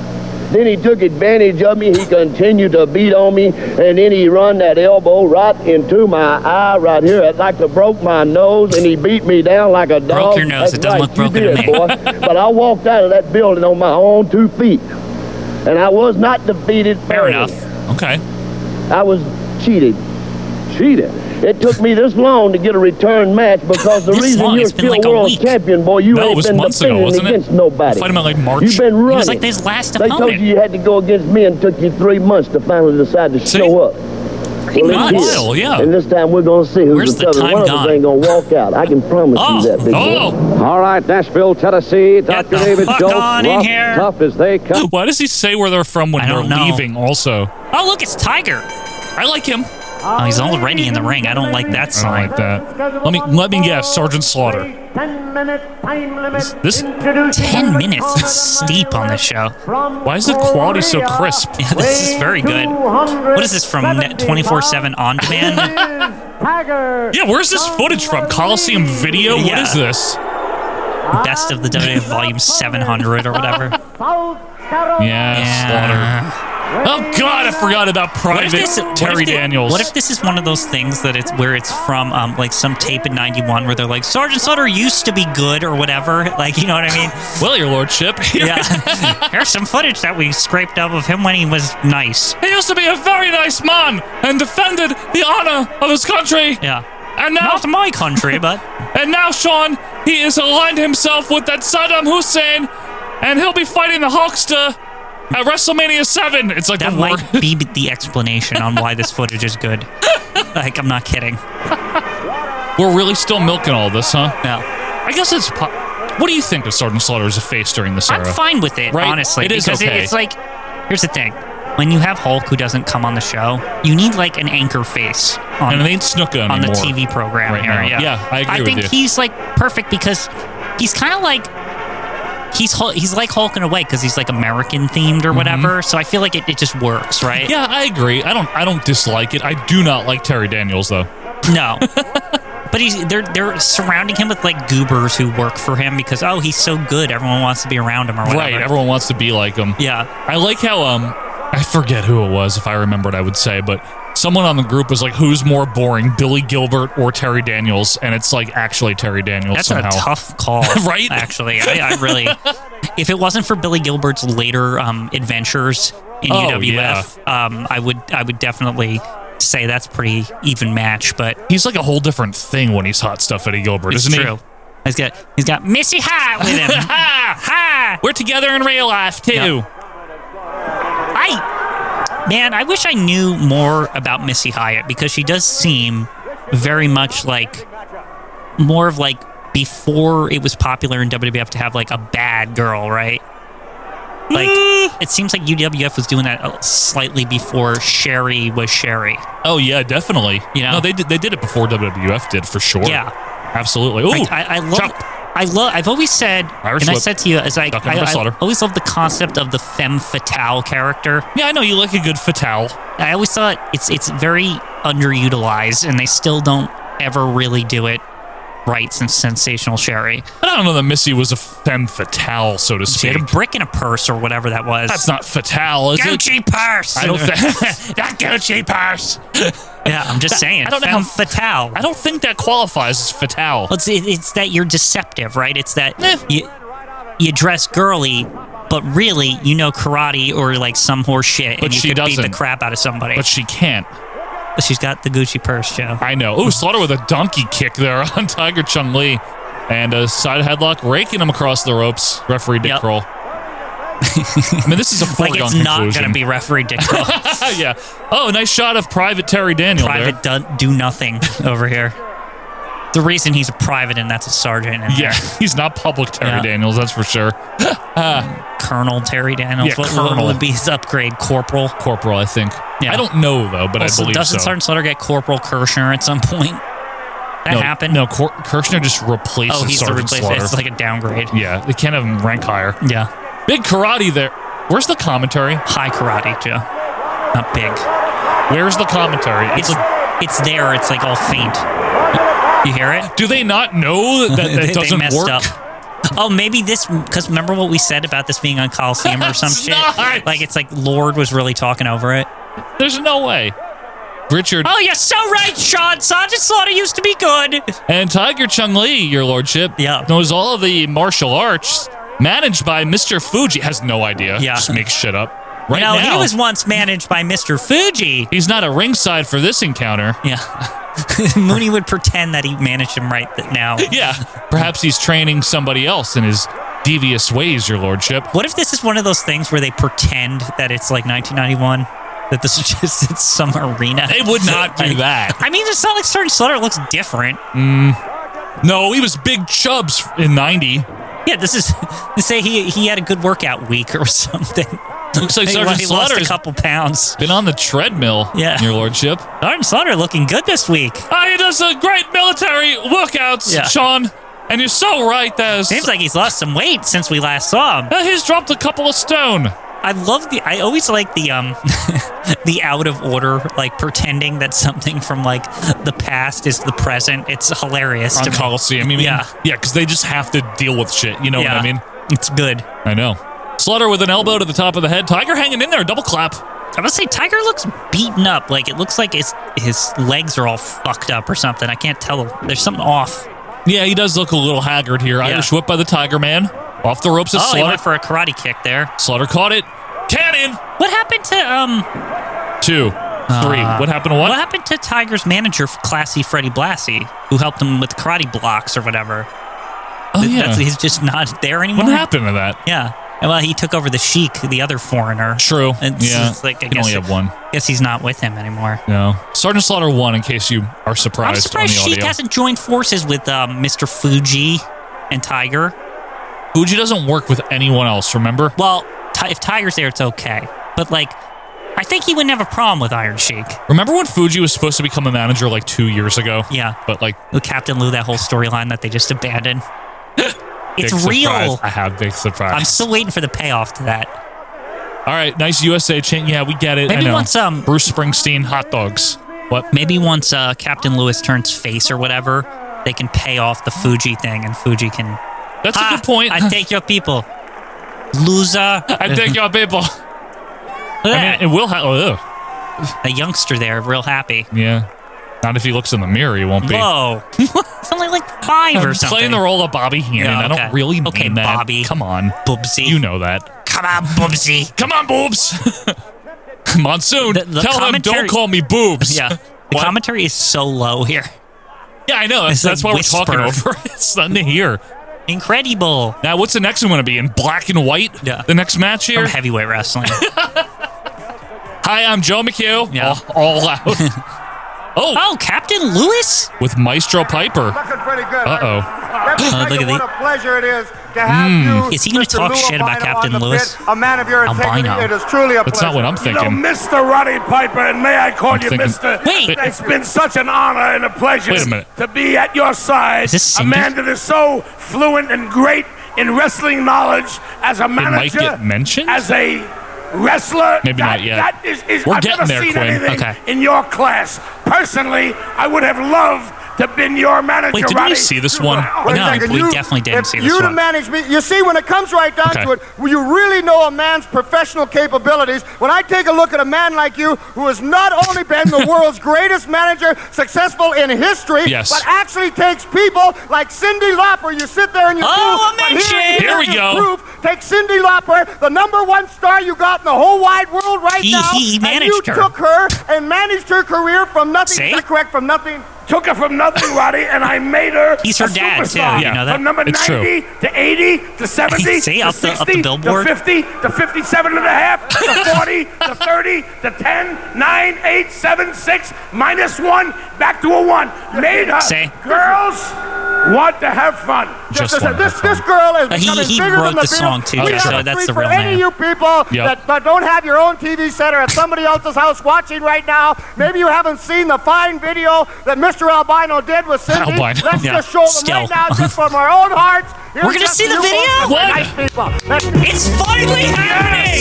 Then he took advantage of me. He continued to beat on me, and then he run that elbow right into my eye right here. It like to broke my nose, and he beat me down like a dog.
your
That's
nose. It
right,
doesn't look broken
you
to
did,
me.
boy. but I walked out of that building on my own two feet, and I was not defeated.
Fair
fairly.
enough. Okay.
I was cheated.
Cheated.
It took me this long to get a return match because the
This
reason
long?
you're
It's been
still
like a
world
week.
champion, boy, you
No, it
ain't
was
been
months ago,
defending
wasn't it?
against nobody.
Fight him in like March.
You've been running.
He was like his last
they told you
opponent.
you had to go against me and took you three months to finally decide to
See?
show up.
Pretty
Well,
much.
it's wild, yeah.
And this time we're gonna see who's
Where's
the
the
other
time
one of
gone?
us ain't gonna walk out. I can promise
Oh,
you that, big boy.
oh.
All right, Nashville, Tennessee.
Get
Dr.
the
David
fuck
Schultz,
on in
rough,
here.
tough as they come.
Why does he say where they're from when
Oh. I
they're
don't know.
leaving? Also,
Oh, look, it's Tiger.
I like him.
Oh, he's already in the ring. I don't like that
I don't
sign.
like that. Let me let me guess, Sergeant Slaughter. This, this
Ten minutes. It's steep on this show.
why is the quality so crisp?
Yeah, this is very good. What is this from? Net 24/7 on demand?
Yeah, where's this footage from? Coliseum Video? What
Yeah.
is this?
Best of the WWE Volume 700 or whatever.
Yeah,
Yeah.
Slaughter. Oh God, I forgot about
What
Private
if this?
Terry
what if thi-
Daniels.
What if this is one of those things that it's where it's from, um, like some tape in '91 where they're like Sergeant Slaughter used to be good or whatever. Like you know what I mean?
well, your lordship, here
yeah. Here's some footage that we scraped up of him when he was nice.
He used to be a very nice man and defended the honor of his country.
Yeah.
And now,
Not my country, but
and now, Sean, he has aligned himself with that Saddam Hussein, and he'll be fighting the Hulkster at WrestleMania Seven. It's like
that
the
might
war.
be the explanation on why this footage is good. Like I'm not kidding.
We're really still milking all this, huh?
No.
I guess it's. Po- what do you think of Sergeant Slaughter as a face during this era?
I'm fine with it,
Right?
honestly.
It is
because
okay.
it's like, here's the thing. When you have Hulk who doesn't come on the show, you need like an anchor face on,
and it ain't Snuka
on the
anymore.
TV program
right
here.
now.
Yeah.
Yeah, I agree with
think
you.
he's like perfect because he's kind of like he's Hul- he's like Hulk in a way because he's like American themed
Mm-hmm.
or whatever. So I feel like it, it just works, right?
Yeah, I agree. I don't. I don't dislike it. I do not like Terry Daniels though.
No. But he's they're they're surrounding him with like goobers who work for him because oh he's so good everyone wants to be around him or whatever.
Right. Everyone wants to be like him.
yeah.
I like how um I forget who it was if I remembered I would say, but someone on the group was like, "Who's more boring, Billy Gilbert or Terry Daniels?" And it's like actually Terry Daniels
That's
somehow.
a tough call,
Right?
Actually, I, I really. If it wasn't for Billy Gilbert's later um, adventures in
Oh,
UWF, um, I would I would definitely say that's pretty even match. But
he's like a whole different thing when he's hot stuff, Eddie Gilbert,
it's
isn't
true.
he?
He's got he's got Missy High with him. ha ha.
We're together in real life too.
Yeah. I man, I wish I knew more about Missy Hyatt because she does seem very much like more of like before it was popular in WWF to have like a bad girl, right? Like
Mm.
it seems like UWF was doing that uh, slightly before Sherry was Sherry.
Oh yeah, definitely.
You know?
no, they did. They did it before WWF did for sure.
Yeah.
absolutely. Ooh,
Like, I, I love.
chop.
I love. I've always said,
Irish
and I
whip.
said to you, as like,
Duck and
I,
River Slaughter.
I always loved the concept of the femme fatale character.
yeah, I know you like a good fatale.
I always thought it's it's very underutilized, and they still don't ever really do it right since Sensational Sherry.
I don't know that Missy was a femme fatale, so to
She
speak.
had a brick in a purse or whatever that was.
That's not fatale, is it?
Gucci purse.
I don't think that Gucci purse.
yeah, I'm just saying.
I don't know
Femme
how-
fatale.
I don't think that qualifies as fatale.
Well, it's, it- it's that you're deceptive, right? It's that you, you dress girly, but really you know karate or like some horse shit, and
But
you
she
could beat
doesn't.
the crap out of somebody.
But she can't.
She's got the Gucci purse, Joe.
I know. Ooh, Slaughter with a donkey kick there on Tiger Chung Lee. And a side headlock raking him across the ropes. Referee Dick
Yep.
Kroll. I mean, this is a
Like
foregone
it's not
conclusion.
going to be referee Dick Kroll.
yeah. Oh, nice shot of Private Terry Daniel
private do, do nothing over here. The reason he's a private and that's a sergeant and
there. Yeah, he's not public Terry
Yeah.
Daniels, that's for sure.
Colonel Terry Daniels.
Yeah,
what,
Colonel.
what would be his upgrade? Corporal.
Corporal, I think.
Yeah.
I don't know though, but
Also,
I believe
doesn't
so.
Sergeant Slaughter get Corporal Kirshner at some point? That
no,
happened.
No, Cor- Kirshner just replaces
Oh, he's the
Sergeant
replacement.
Slaughter.
It's like a downgrade.
yeah, they can't have him rank higher.
Yeah.
Big karate there. Where's the commentary?
High karate, Joe. Not big.
Where's the commentary?
It's it's there. It's like all faint. You hear it?
Do they not know that that
They- they
doesn't
messed
work?
up. Oh, maybe this because remember what we said about this being on Coliseum or some
It's
shit.
not.
Like it's like Lord was really talking over it.
There's no way. Richard
Oh, you're so right, Sean. Sergeant Slaughter used to be good.
and Tiger Chung Lee, your lordship,
Yeah.
knows all of the martial arts managed by Mr. Fuji. Has no idea.
Yeah.
Just makes shit up. Right
you know,
now,
he was once managed by Mr. Fuji.
he's not a ringside for this encounter.
Yeah. Mooney would pretend that he managed him right th- now.
Yeah. Perhaps he's training somebody else in his devious ways, your lordship.
What if this is one of those things where they pretend that it's like 1991, that this is just it's some arena?
They would not do
Like-
that.
I mean, it's not like Sergeant Slaughter looks different.
No, he was big chubs in 90.
Yeah, this is to say he he had a good workout week or something.
Looks like
He lo-
Sergeant
he lost
Slaughter
a
has
couple pounds.
been on the treadmill,
Yeah.
your lordship.
Sergeant Slaughter looking good this week.
Oh, he does a great military workouts,
Yeah.
Sean. And you're so right, there's.
Seems like he's lost some weight since we last saw him.
Uh, he's dropped a couple of stone.
I love the. I always like the um, the out of order, like pretending that something from like the past is the present. It's hilarious.
on
to me.
Coliseum. I mean,
Yeah.
yeah, because they just have to deal with shit. You know
Yeah.
what I mean?
It's good.
I know. Slaughter with an elbow to the top of the head. Tiger hanging in there. Double clap.
I'm gonna say Tiger looks beaten up. Like it looks like his his legs are all fucked up or something. I can't tell. There's something off.
Yeah, he does look a little haggard here. Irish whip by the Tiger Man. Off the ropes
Oh,
is
he
Slaughter.
went for a karate kick there.
Slaughter caught it. Cannon.
What happened to um?
Two. Three. what happened to
Uh, What,
one?
happened to Tiger's manager, Classy Freddie Blassie, who helped him with karate blocks or whatever?
Oh,
Th-
yeah.
that's- he's just not there anymore.
What happened to that?
Yeah. And, Well, he took over the Sheik, the other foreigner.
True.
It's
yeah.
just like, I
You can
guess-
only have one.
Guess he's not with him anymore.
No. Sergeant Slaughter won, in case you are surprised
I'm surprised
on the
Sheik
audio.
hasn't joined forces with um, Mr. Fuji and Tiger.
Fuji doesn't work with anyone else, remember?
Well, ti if Tiger's there, it's okay. But like, I think he wouldn't have a problem with Iron Sheik.
Remember when Fuji was supposed to become a manager like two years ago?
Yeah.
But like
With Captain Lou, that whole storyline that they just abandoned. it's
big surprise.
real.
I have big surprise.
I'm still waiting for the payoff to that.
All right, nice USA chant. Yeah, we get it.
Maybe
I know.
once, um,
Bruce Springsteen hot dogs. What?
Maybe once uh, Captain Lewis turns face or whatever, they can pay off the Fuji thing, and Fuji can
That's a
Ah,
good point.
I take your people. Loser.
I think y'all people. I mean, it will have. Oh,
a youngster there, real happy.
yeah. Not if he looks in the mirror, he won't be.
Whoa. Something like five
I'm
or something.
playing the role of Bobby Heenan.
Yeah,
I
okay.
don't really mean
Okay,
that.
Bobby.
Come on,
Boobsy.
you know that.
Come on, boobsy.
Come on, boobs. Monsoon,
The- the
tell him
commentary-
don't call me boobs.
Yeah. The
What?
commentary is so low here.
yeah, I know.
It's
That's, that's
like
why we're talking
whisper.
over it. It's nothing to hear.
Incredible.
Now, what's the next one going to be in black and white?
Yeah.
The next match here.
From heavyweight wrestling.
Hi, I'm Joe McHugh.
Yeah.
All, all out. oh,
oh, Captain Lewis?
with Maestro Piper.
Looking pretty good.
Uh-oh.
Uh,
look
what
at the- Hmm.
a pleasure it is to have you.
Is he gonna
Mr.
talk
Lou
shit about
Albino
Captain
on the
Lewis?
bit, A man of your integrity.
Albino.
It is truly a
That's
pleasure.
not what I'm
No,
thinking.
Mr. Roddy Piper, and may I call
I'm
you
thinking-
Mr.
Wait.
It's been such an honor and a pleasure
Wait a minute.
to be at your side.
Is this
a
Cindy?
man that is so fluent and great in wrestling knowledge as a
might
manager,
get mentioned?
as a wrestler.
Maybe
That-
not yet.
That is, is,
We're
I've
getting
never
there,
seen
Quinn.
anything
Okay.
in your class. Personally, I would have loved to be your manager.
Wait, did we
Roddy.
see this one?
Wait a
No,
second,
we
you-
definitely didn't
if
see
you
this
the
one.
manage me. You see, when it comes right down
Okay.
to it, when you really know a man's professional capabilities. When I take a look at a man like you, who has not only been the world's greatest manager, successful in history,
Yes.
but actually takes people like Cindy Lauper. You sit there and you
Oh,
do.
I
but
mentioned!
here's-
Here we
here's
go.
Proof. Take Cindy Lauper, the number one star you got in the whole wide world right
He-
now.
he
and you
managed her.
took her and managed her career from nothing.
See?
Is that correct? From nothing.
Took her from nothing, Roddy, and I made her.
He's her
a
dad, too,
superstar.
you know that?
From number
It's true.
90 to 80 to 70
See,
to
up the-
60
up the billboard.
to 50 to 57 and a half to 40 to 30 to 10, 9, 8, 7, 6, minus 1, back to a 1. Made her.
See?
Girls want to have fun.
Just
this,
one.
this, this girl is
Uh, he-
becoming
he
bigger
wrote
than the
the song,
Beatles.
too,
We
yeah,
have
so
a
that's
treat
the
for
real
any
man.
of you people
Yep.
that, that don't have your own TV set or at somebody else's house watching right now. Maybe you haven't seen the fine video that Mr. Albino did with Cindy.
Albino,
Let's
oh, yeah.
just show them
Still.
right now, just from our own hearts. Here's
We're gonna
just
see the
you
video?
folks,
What?
Nice people. Let's-
It's finally happening!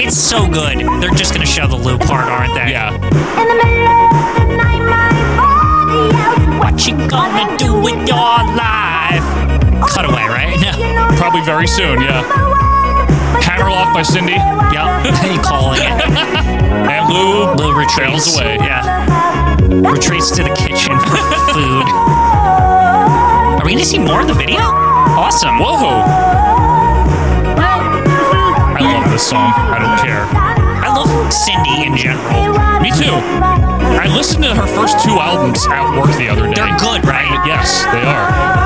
It's so good. They're just gonna show the Lou part, aren't they?
Yeah.
What you gonna do with your life? Cut away, right? No.
Probably very soon, yeah. Hammer off by Cindy.
Yep. He calling it.
And Lou
Lou retreats.
Trails away.
Yeah. Retreats to the kitchen for food. Are we gonna see more of the video? Awesome.
Whoa! I love this song. I don't care.
I love Cindy in general.
Me too. I listened to her first two albums at work the other day.
They're good, right?
Yes, they are.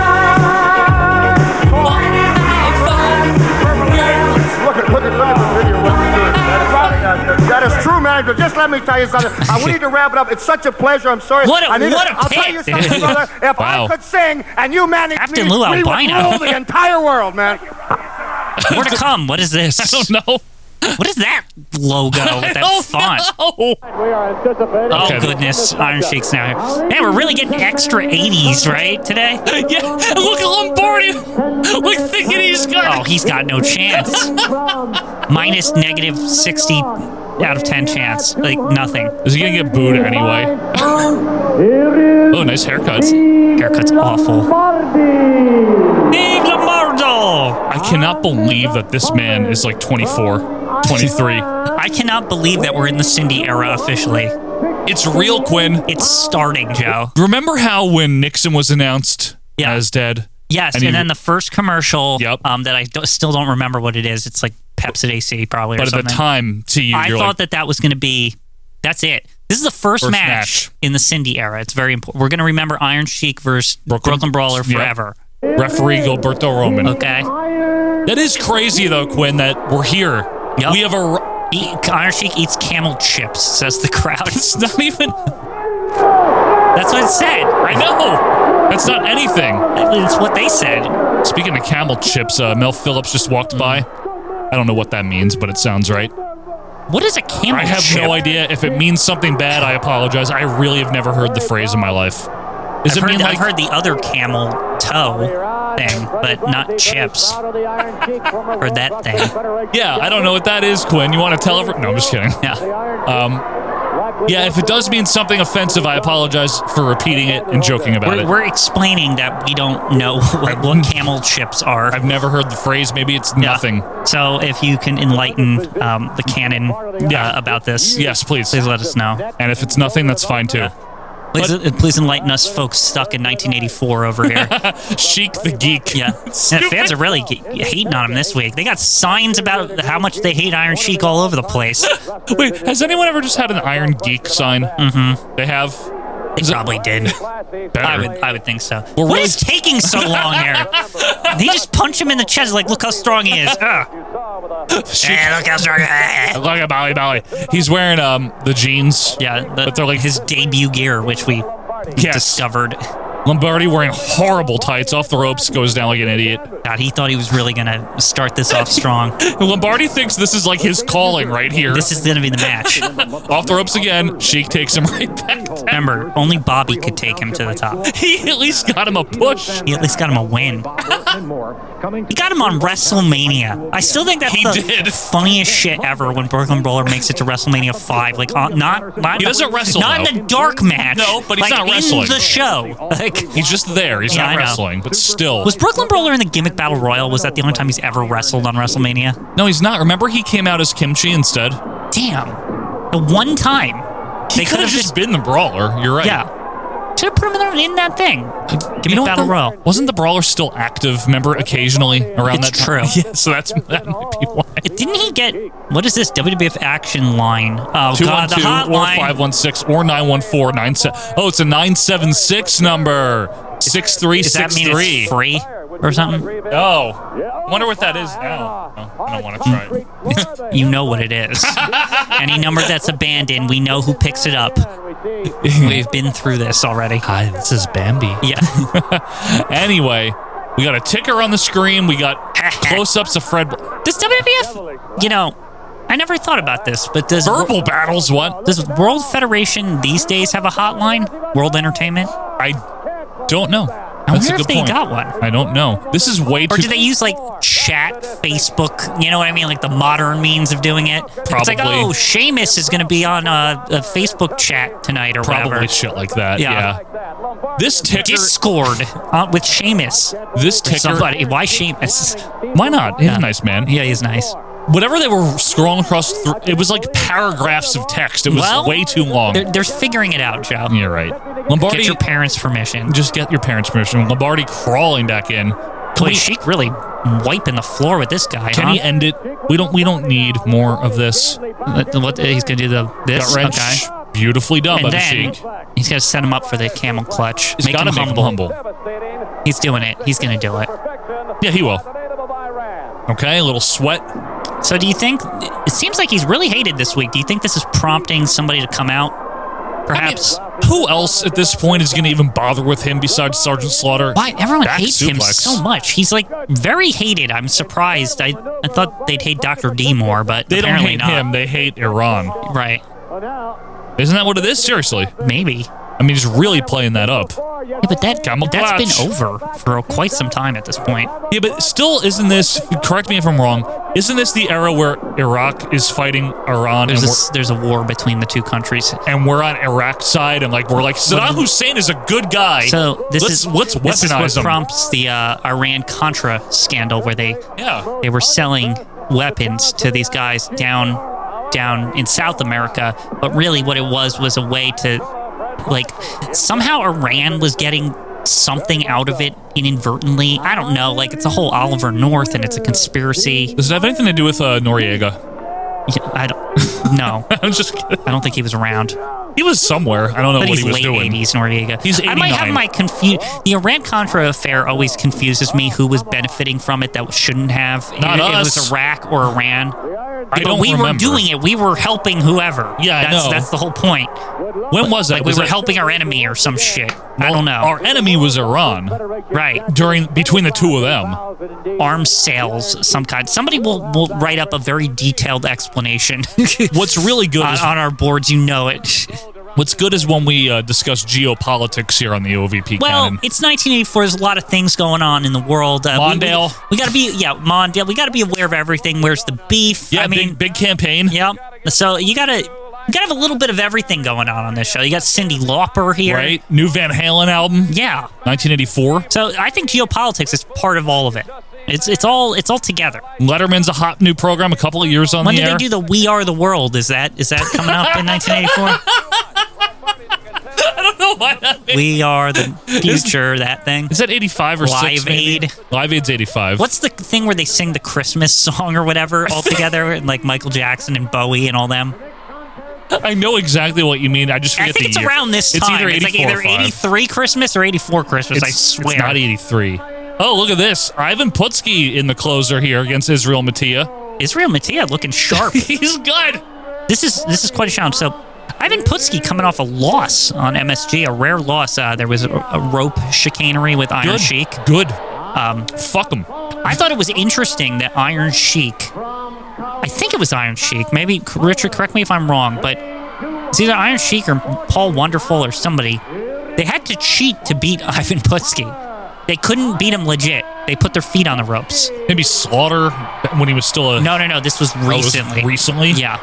Look at, look at that video. What he's doing. That is- That is true, manager. Just let me tell you something. Uh, we need to wrap it up. It's such a pleasure. I'm sorry.
What a-
I need
what
to,
a
I'll tell
pick.
you something, brother. If
Wow.
I could sing and you managed
Captain
me,
Lou
we would
Albino.
rule the entire world, man.
More to come. What is this?
I don't know.
What is that logo with that
Oh,
font?
no.
We are anticipating.
Oh
Okay.
goodness, Iron Shake's now here. Man, we're really getting extra 80s, right, today?
Yeah, and look at Lombardi. Look, thinking he's
Oh,
got.
he's got no chance. Minus negative 60 out of 10 chance. Like, nothing.
Is he gonna get booed anyway? Oh, nice haircuts.
Haircut's awful. Big Lamardo!
I cannot believe that this man is like 24, 23.
I cannot believe that we're in the Cindy era officially.
It's real, Quinn.
It's starting, Joe.
Remember how when Nixon was announced
Yeah.
as dead?
Yes, and,
he-
then the first commercial
Yep.
um, that I do- still don't remember what it is. It's like Pepsi AC, probably, or
But at
something.
the time, to you,
I
you're
thought
like,
that that was going to be. That's it. This is the first,
First
match,
match.
in the Cindy era. It's very important. We're going to remember Iron Sheik versus
Brooklyn-
Brooklyn, Brawler
yeah.
forever.
referee Gilberto Roman.
Okay.
That is crazy, though, Quinn, that we're here.
Yep.
We have a.
Eat, Iron Sheik eats camel chips, says the crowd.
It's not even.
That's what it said.
I know. That's not anything.
It's what they said.
Speaking of camel chips, uh, Mel Phillips just
Mm.
walked by. I don't know what that means, but it sounds right.
What is a camel
I have
chip?
no idea. If it means something bad, I apologize. I really have never heard the phrase in my life. Does
I've
it
heard,
mean
I've
like
heard the other camel toe thing, but not chips. Heard that thing.
Yeah, I don't know what that is, Quinn. You want to tell everyone? No, I'm just kidding.
Yeah.
Um, yeah, if it does mean something offensive, I apologize for repeating it and joking about
We're,
it.
we're explaining that we don't know what, what camel chips are.
I've never heard the phrase. Maybe it's
Yeah.
nothing.
So if you can enlighten um, the canon
Yeah.
uh, about this,
Yes, please.
please let us know.
And if it's nothing, that's fine too.
Please, uh, please enlighten us folks stuck in 1984 over here.
Sheik the geek.
Yeah, and the fans are really ge- hating on him this week. They got signs about how much they hate Iron Sheik all over the place.
Wait, has anyone ever just had an Iron Geek sign? Mm-hmm. They have.
They probably did.
Better.
I would, I would think so.
We're
what
really-
is taking so long here? They just punch him in the chest, like, look how strong he is. Ugh.
Sheik-
Eh, Ah. look how strong. eh.
Look at Bally Bally. He's wearing um the jeans.
Yeah, but,
But they're like-
his debut gear, which we
Yes.
discovered.
Lombardi wearing horrible tights off the ropes goes down like an idiot.
God, he thought he was really gonna start this off strong.
Lombardi thinks this is like his calling right here.
This is gonna be the match. Oh,
off the ropes again. Sheik takes him right back. down.
Remember, only Bobby could take him to the top.
He at least got him a push.
He at least got him a win. He got him on WrestleMania. I still think that's
He
the
did.
funniest shit ever when Brooklyn Brawler makes it to WrestleMania 5. Like, uh, not, not
He doesn't wrestle,
Not in
though.
the dark match.
No, but he's
like,
not wrestling.
In the show. Like,
He's just there. He's
Yeah, I
not
know.
wrestling, but still.
was Brooklyn Brawler in the gimmick battle royal? Was that the only time he's ever wrestled on WrestleMania?
No, he's not. Remember, he came out as Kimchi instead.
Damn. The one time.
He
They
could
could
have just been the brawler. You're right.
Yeah. Should have put him in, there- in that thing. Gimmick
You know what,
battle
though?
royal.
Wasn't the brawler still active? Remember, occasionally around
It's
that time?
true.
Yeah, so that's that might be why.
Didn't he get what is this WWF action line? Oh god, the
212 or
hotline.
516 or 914 97. Oh, it's a 976 number.
Does that mean
6363.
it's free or something?
Oh. Wonder what that is
Oh.
now. No, I don't want to try it.
You know what it is. Any number that's abandoned, we know who picks it up. We've been through this already. Hi, this is Bambi. Yeah.
Anyway, we got a ticker on the screen. We got close ups of Fred.
Does WWF, you know, I never thought about this, but does
Verbal battles, what?
does World Federation these days have a hotline? World Entertainment?
I don't know.
I
That's
wonder
a good
if they
point.
got one.
I don't know. This is way too.
Or do they use like chat, Facebook? You know what I mean? Like the modern means of doing it. It's like,
Probably.
oh, Seamus is going to be on a, a Facebook chat tonight or
probably
whatever.
shit like that?
Yeah.
Yeah. This ticker.
Discord uh, with Seamus.
this
Or
ticker.
Somebody. Why Seamus?
Why not? He's
Yeah.
a nice man.
Yeah, he's nice.
Whatever they were scrolling across, thr it was like paragraphs of text. It was
Well,
way too long.
They're, they're figuring it out, Joe.
You're right. Lombardi.
Get your parents' permission.
just get your parents' permission. Lombardi crawling back in. Can
Boy,
we-
Sheik really wiping the floor with this guy.
Can
huh?
he end it? We don't. We don't need more of this.
What, what- uh, he's gonna do the this
Gut wrench.
okay,
Beautifully done by
and
the
then
Sheik.
he's gonna set him up for the camel clutch.
Oh, He's
make
got to
him
make him
humble.
humble.
He's doing it. He's gonna do it.
Yeah, he will. Okay, a little sweat.
So, do you think it seems like he's really hated this week? Do you think this is prompting somebody to come out? Perhaps.
Who else at this point is going to even bother with him besides Sergeant Slaughter?
Why everyone
Back
hates him
suplex.
so much? He's like very hated. I'm surprised. I, I thought they'd hate Doctor D more, but
They don't
apparently
hate
not.
him. They hate Iran.
Right?
Isn't that what it is? Seriously.
Maybe.
I mean, he's really playing that up.
Yeah, but that
Camel
that's
clutch.
been over for quite some time at this point.
Yeah, but still, isn't this? Correct me if I'm wrong. Isn't this the era where Iraq is fighting Iran and
There's a,
we're,
s- there's a war between the two countries.
and we're on Iraq's side and like we're like Saddam Hussein is a good guy.
So this
let's,
is
let's weaponize
this is what
him.
prompts the uh, Iran Contra scandal, where they
yeah,
they were selling weapons to these guys down down in South America, but really what it was was a way to like somehow Iran was getting something out of it inadvertently. I don't know, like it's a whole Oliver North and it's a conspiracy.
does it have anything to do with uh, Noriega?
Yeah, I don't no.
I'm just kidding.
I don't think he was around.
He was somewhere. I don't know
But
what
he's
he was
late
doing.
80s Noriega.
He's
I might have
89.
my confuse. The Iran Contra affair always confuses me. Who was benefiting from it that shouldn't have?
Not
it, it
us.
was Iraq or Iran.
I
but
don't
we
remember.
were doing it. We were helping whoever.
Yeah, I
that's
know.
that's the whole point.
When was that?
Like
Was
we were
that-
helping our enemy or some shit. I don't know.
Our enemy was Iran
right.
during between the two of them.
Arms sales, of some kind. Somebody will, will write up a very detailed explanation.
What's really good
on,
is-
on our boards, you know it.
What's good is when we uh, discuss geopolitics here on the OVP
Well,
canon.
it's 1984. There's a lot of things going on in the world. Uh, we-
Mondale.
We, got to be, yeah, Mondale. We got to be aware of everything. Where's the beef?
yeah,
I mean,
big big campaign.
yep. So you got to, you got to have a little bit of everything going on on this show. You got Cindy Lauper here,
Right, new Van Halen album,
Yeah.
1984.
So I think geopolitics is part of all of it. It's it's all it's all together.
Letterman's a hot new program, a couple of years on
When
the
did
air.
they do the "We Are the World"? Is that is that coming up in 1984?
Oh, why not?
we are the future. That thing.
Is that 85 or
Live
6? maybe?
Aid.
Live Aid's 85.
What's the thing where they sing the Christmas song or whatever all together, and like Michael Jackson and Bowie and all them?
I know exactly what you mean. I just forget
I think
the
it's
year.
around this
It's
time.
either 84
it's like either
or 5.
83 Christmas or 84 Christmas. I swear.
It's not 83. Oh, look at this. Ivan Putski in the closer here against Israel Mattia.
Israel Mattia looking sharp.
He's good.
this is this is quite a challenge. So
Ivan Putski coming off a loss on MSG, a rare loss. Uh, there was a, a rope chicanery with Iron
Good.
Sheik.
Good.
Um,
Fuck him.
I thought it was interesting that Iron Sheik, I think it was Iron Sheik, maybe Richard, correct me if I'm wrong, but it's either Iron Sheik or Paul Wonderful or somebody. They had to cheat to beat Ivan Putski. They couldn't beat him legit. They put their feet on the ropes.
Maybe Slaughter when he was still a.
No, no, no. This was
Oh, it was
recently.
recently?
Yeah.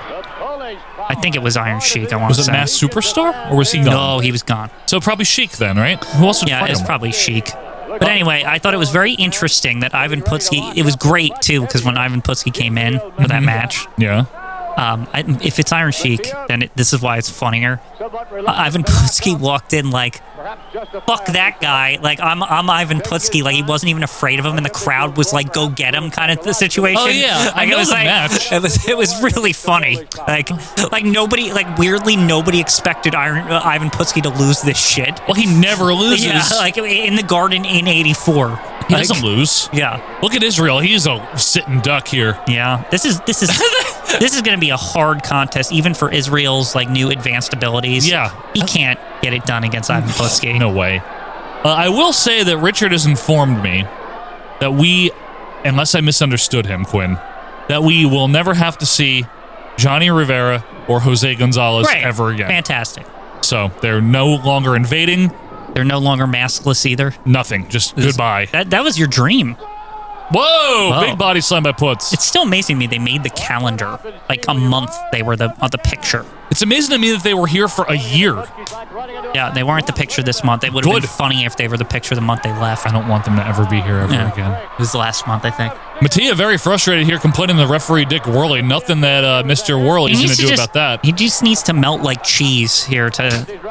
I think it was Iron Sheik. I want
Was
to
it
say.
Mass Superstar? Or was he
No,
gone?
he was gone.
So probably Sheik then, right? Who else would
Yeah,
fight
it's
him?
probably chic. But anyway, I thought it was very interesting that Ivan Putski. It was great too because when Ivan Putski came in for
Mm-hmm.
that match,
Yeah.
um, I, if it's Iron Sheik, then it, this is why it's funnier. Uh, Ivan Putski walked in like, "Fuck that guy!" Like I'm, I'm Ivan Putski. Like he wasn't even afraid of him, and the crowd was like, "Go get him!" kind of the situation.
Oh, yeah. I
like,
know
it was
the
like
match.
it was it was really funny. Like like nobody like weirdly nobody expected Iron uh, Ivan Putski to lose this shit.
Well, he never loses.
Yeah, like in the garden in '84.
he
Like,
doesn't lose.
Yeah,
Look at Israel. He's a sitting duck here.
yeah. This is this is this is going to be a hard contest, even for Israel's like new advanced abilities.
Yeah.
he can't get it done against Ivan Putski.
No way. Uh, I will say that Richard has informed me that we, unless I misunderstood him, Quinn, that we will never have to see Johnny Rivera or Jose Gonzalez
Great.
ever again.
Fantastic.
So they're no longer invading.
They're no longer maskless either.
Nothing. Just goodbye.
That that was your dream.
Whoa!
Whoa.
Big body slam by Putz.
Oh. It's still amazing to me they made the calendar like a month. They were the on the picture.
It's amazing to me that they were here for a year.
Yeah, they weren't the picture this month. It would have
Good.
been funny if they were the picture the month they left.
I don't want them to ever be here ever
Yeah.
again.
It was last month, I think.
Mattia very frustrated here, complaining to referee Dick Worley. Nothing that uh, Mr. Worley's going to do about that.
Uh, He just needs to melt like cheese here to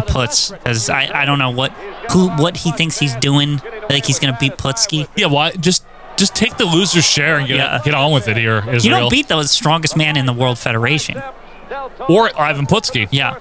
Putz, because I, I don't know what who what he thinks he's doing. Like he's gonna beat Putzky.
Yeah, why? Just just take the loser's share and get,
Yeah.
get on with it here, Israel.
You don't beat the strongest man in the World Federation.
or Ivan Putski.
Yeah.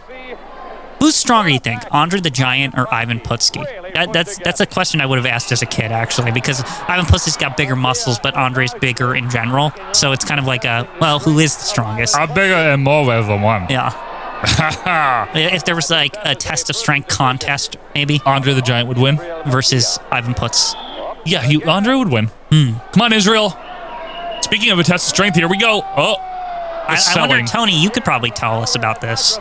Who's stronger, you think, Andre the Giant or Ivan Putski? That, that's that's a question I would have asked as a kid, actually, because Ivan Putski's got bigger muscles, but Andre's bigger in general. So it's kind of like a well, who is the strongest?
I'm bigger and more than one.
Yeah. If there was like a test of strength contest, maybe
Andre the Giant would win.
versus Ivan Putz.
Yeah, he, Andre would win.
Hmm.
Come on, Israel. Speaking of a test of strength, here we go. Oh,
I, I wonder,
selling.
Tony, you could probably tell us about this.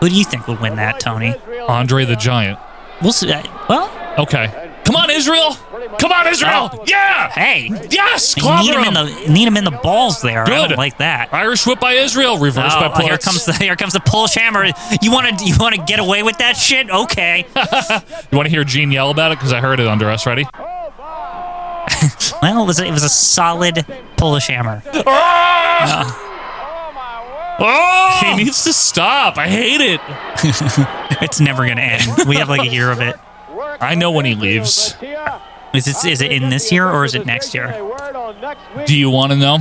Who do you think would win that, Tony?
Andre the Giant.
We'll see. uh, Well,
Okay. Come on, Israel. Come on, Israel.
Oh.
Yeah.
hey,
Yes.
I need
clobber
him in
him.
the need him in the balls there. I
Good.
don't like that.
Irish whip by Israel. Reversed
Oh,
by Putz.
here comes the here comes the Polish hammer. You want to you want to get away with that shit? Okay.
you want to hear Gene yell about it? Because I heard it under us. Ready?
well, it was a, it was a solid Polish hammer.
Oh! He needs to stop. I hate it.
It's never gonna end. We have like a year of it.
I know when he leaves.
Is it is it in this year or is it next year?
Do you want to know?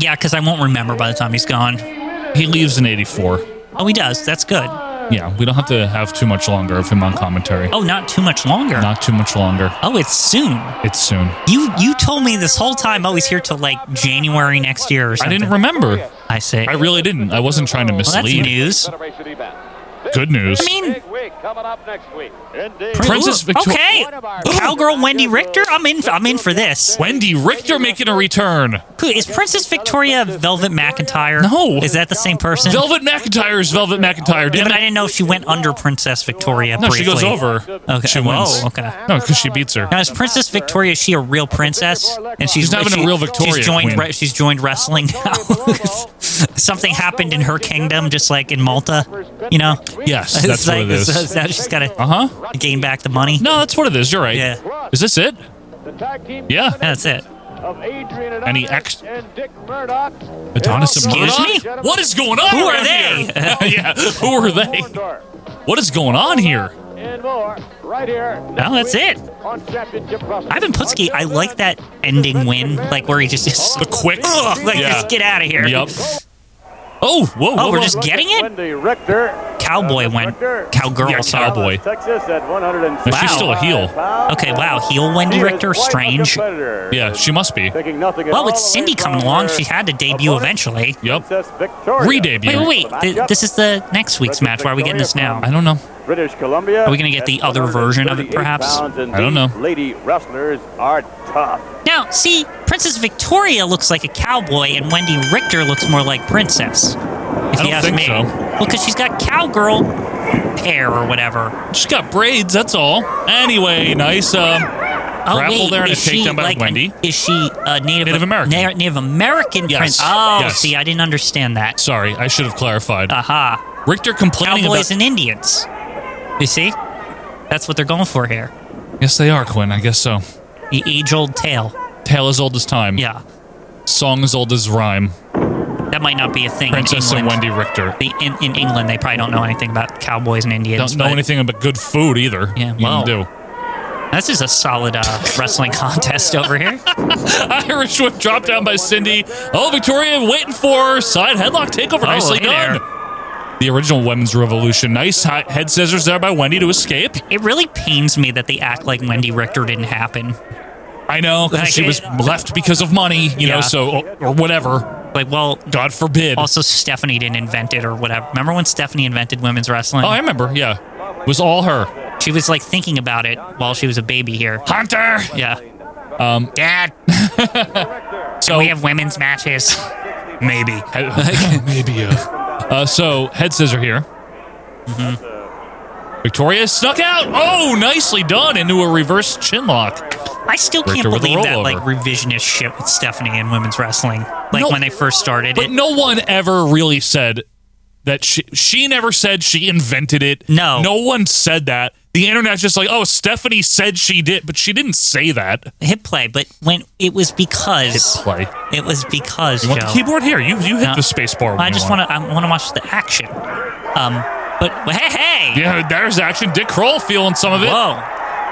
Yeah, because I won't remember by the time he's gone.
He leaves in 84.
Oh, he does. That's good.
Yeah, we don't have to have too much longer of him on commentary.
Oh, not too much longer.
Not too much longer.
Oh, it's soon.
It's soon.
You you told me this whole time. Oh, he's here till like January next year or
I
something.
didn't remember.
I see.
I really didn't. I wasn't trying to
well, that's
mislead.
news.
Good news.
I mean,
Princess Victoria.
Okay, cowgirl Wendy Richter. I'm in. I'm in for this.
Wendy Richter making a return.
Who is Princess Victoria Velvet McIntyre?
No.
is that the same person?
Velvet McIntyre is Velvet McIntyre.
Yeah,
Damn
but I
it.
didn't know if she went under Princess Victoria.
No, she
briefly.
goes over.
Okay.
She wins.
Whoa, okay.
No, because she beats her.
Now is Princess Victoria? Is she a real princess? And she's,
She's not even a
she-
real Victoria
She's joined.
queen.
re- she's joined wrestling now. Something happened in her kingdom, just like in Malta. You know.
Yes,
It's
that's what
like-
it is.
so- so now she's got to
Uh huh.
gain back the money.
No, that's what it is. You're right.
Yeah.
Is this it? Yeah.
That's it.
Any ex? Adonis and
Excuse
Murdoch?
me?
What is going on?
Who are
around
they?
here? yeah, who are they? What is going on here?
Well, that's it. Ivan Putski, I like that ending win, like where he just is
The quick.
Ugh, like
Yeah.
just get out of here.
Yep. Oh, whoa, whoa,
Oh, we're
whoa.
just getting it.
Wendy Richter.
Cowboy went. Cowgirl,
Yeah,
sorry.
Cowboy.
Texas at 160.
But she's still a heel.
Okay, wow. Heel Wendy Richter, strange.
Yeah, she must be.
Well, with Cindy coming along, she had oh, to debut eventually.
Yep.
Wait,
Re-debut.
wait, wait. Th- this is the next week's match. Why are we getting this now?
I don't know.
British Columbia.
Are we gonna get the other version of it, perhaps?
I don't know.
Lady wrestlers are tough.
Now, see, Princess Victoria looks like a cowboy, and Wendy Richter looks more like princess. If
I
you
don't
ask
think
me.
so.
Well, because she's got cowgirl hair or whatever.
She's got braids, that's all. Anyway, nice uh,
Oh,
Grapple
wait,
there and
is
a takedown
she
by
like an-
Wendy.
is she a Native,
Native American.
Na- Native American
Yes,
prince? Oh,
yes.
see, I didn't understand that.
Sorry, I should have clarified.
Aha.
Richter complaining
Ah. Cowboys
about.
and Indians. You see? That's what they're going for here.
yes, they are, Quinn. I guess so.
The age old tale.
Tale as old as time.
Yeah.
Song as old as rhyme.
That might not be a thing.
Princess
in
and
England.
Wendy Richter.
The- In, in England, they probably don't know anything about cowboys and Indians.
Don't know
but
anything about good food either.
Yeah,
You
well.
do.
This is a solid uh, wrestling contest over here.
Irish whip dropped down by Cindy. Oh, Victoria waiting for her. side headlock takeover.
Oh,
Nicely
hey
done.
there.
The original women's revolution. Nice hi- head scissors there by Wendy to escape.
It really pains me that they act like Wendy Richter didn't happen.
I know 'cause
Like,
she was
eh,
left because of money, you know,
Yeah.
so or, or whatever.
Like, well,
God forbid.
also Stephanie didn't invent it or whatever. Remember when Stephanie invented women's wrestling?
oh, I remember. Yeah, It was all her.
She was like thinking about it while she was a baby here.
Hunter.
Yeah.
Um.
Dad,
So
we have women's matches. Maybe.
maybe. Uh, uh, so head scissor here. Mm-hmm. Victoria snuck out. Oh, nicely done into a reverse chin lock.
I still can't
Richter with a
believe that
rollover.
like revisionist shit with Stephanie and women's wrestling. Like
No.
when they first started
But
it.
no one ever really said that she she never said she invented it.
No.
No one said that. The internet's just like, oh, Stephanie said she did, but she didn't say that.
Hit play, but when it was because
Play.
it was because
You want the
Joe.
keyboard here? You you hit
No.
the space bar. when
I
you
just want to. I want to watch the action. Um, but hey, hey,
Yeah, there's action. Dick Kroll feeling some of it.
whoa,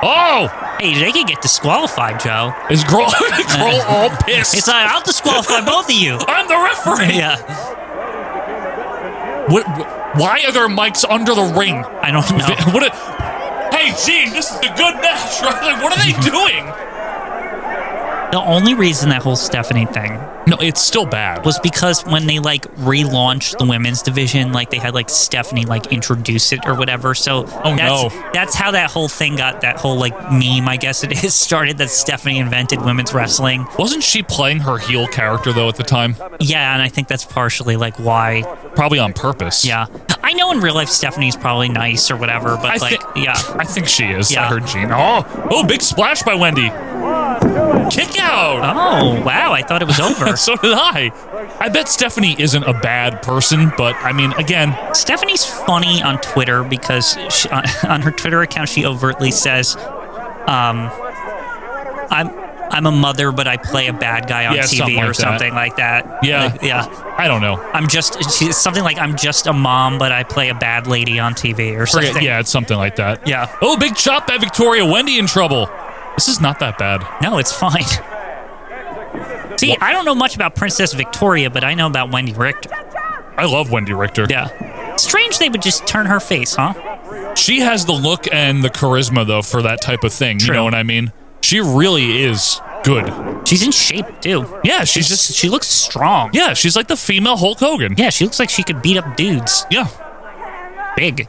Oh,
hey, they could get disqualified, Joe.
is Kroll Kroll all pissed?
It's like I'll disqualify both of you.
I'm the referee.
Yeah,
What, wh- why are there mics under the ring?
I don't know.
What? A, hey, Gene, this is the good match, right? Like, what are they doing?
The only reason that whole Stephanie thing
No, it's still bad.
was because when they like relaunched the women's division, like they had like Stephanie like introduce it or whatever. So
Oh,
that's,
no.
that's how that whole thing got that whole like meme, I guess it is, started that Stephanie invented women's wrestling.
Wasn't she playing her heel character though at the time?
Yeah, and I think that's partially like why
Probably on purpose.
Yeah, I know in real life Stephanie's probably nice or whatever, but
I
like,
thi-
yeah,
I think she is. I
Yeah.
heard Gene. Oh, oh, big splash by Wendy. Kick out.
oh wow, I thought it was over.
so did I. I bet Stephanie isn't a bad person, but I mean, again,
Stephanie's funny on Twitter because she, on, on her Twitter account she overtly says, um, "I'm I'm a mother, but I play a bad guy on
Yeah,
TV
something
or
like that.
something like that."
Yeah.
Like, yeah.
I don't know.
I'm just she, something like I'm just a mom, but I play a bad lady on TV or
Forget-
something.
yeah, it's something like that.
Yeah.
Oh, big chop by Victoria. Wendy in trouble. This is not that bad.
No, it's fine. See, I don't know much about Princess Victoria, but I know about Wendy Richter.
I love Wendy Richter.
Yeah. Strange they would just turn her face, huh?
She has the look and the charisma though for that type of thing. You
True.
know what I mean? She really is good.
She's in shape too.
Yeah, she's just
She looks strong.
Yeah, she's like the female Hulk Hogan.
Yeah, she looks like she could beat up dudes.
Yeah.
Big.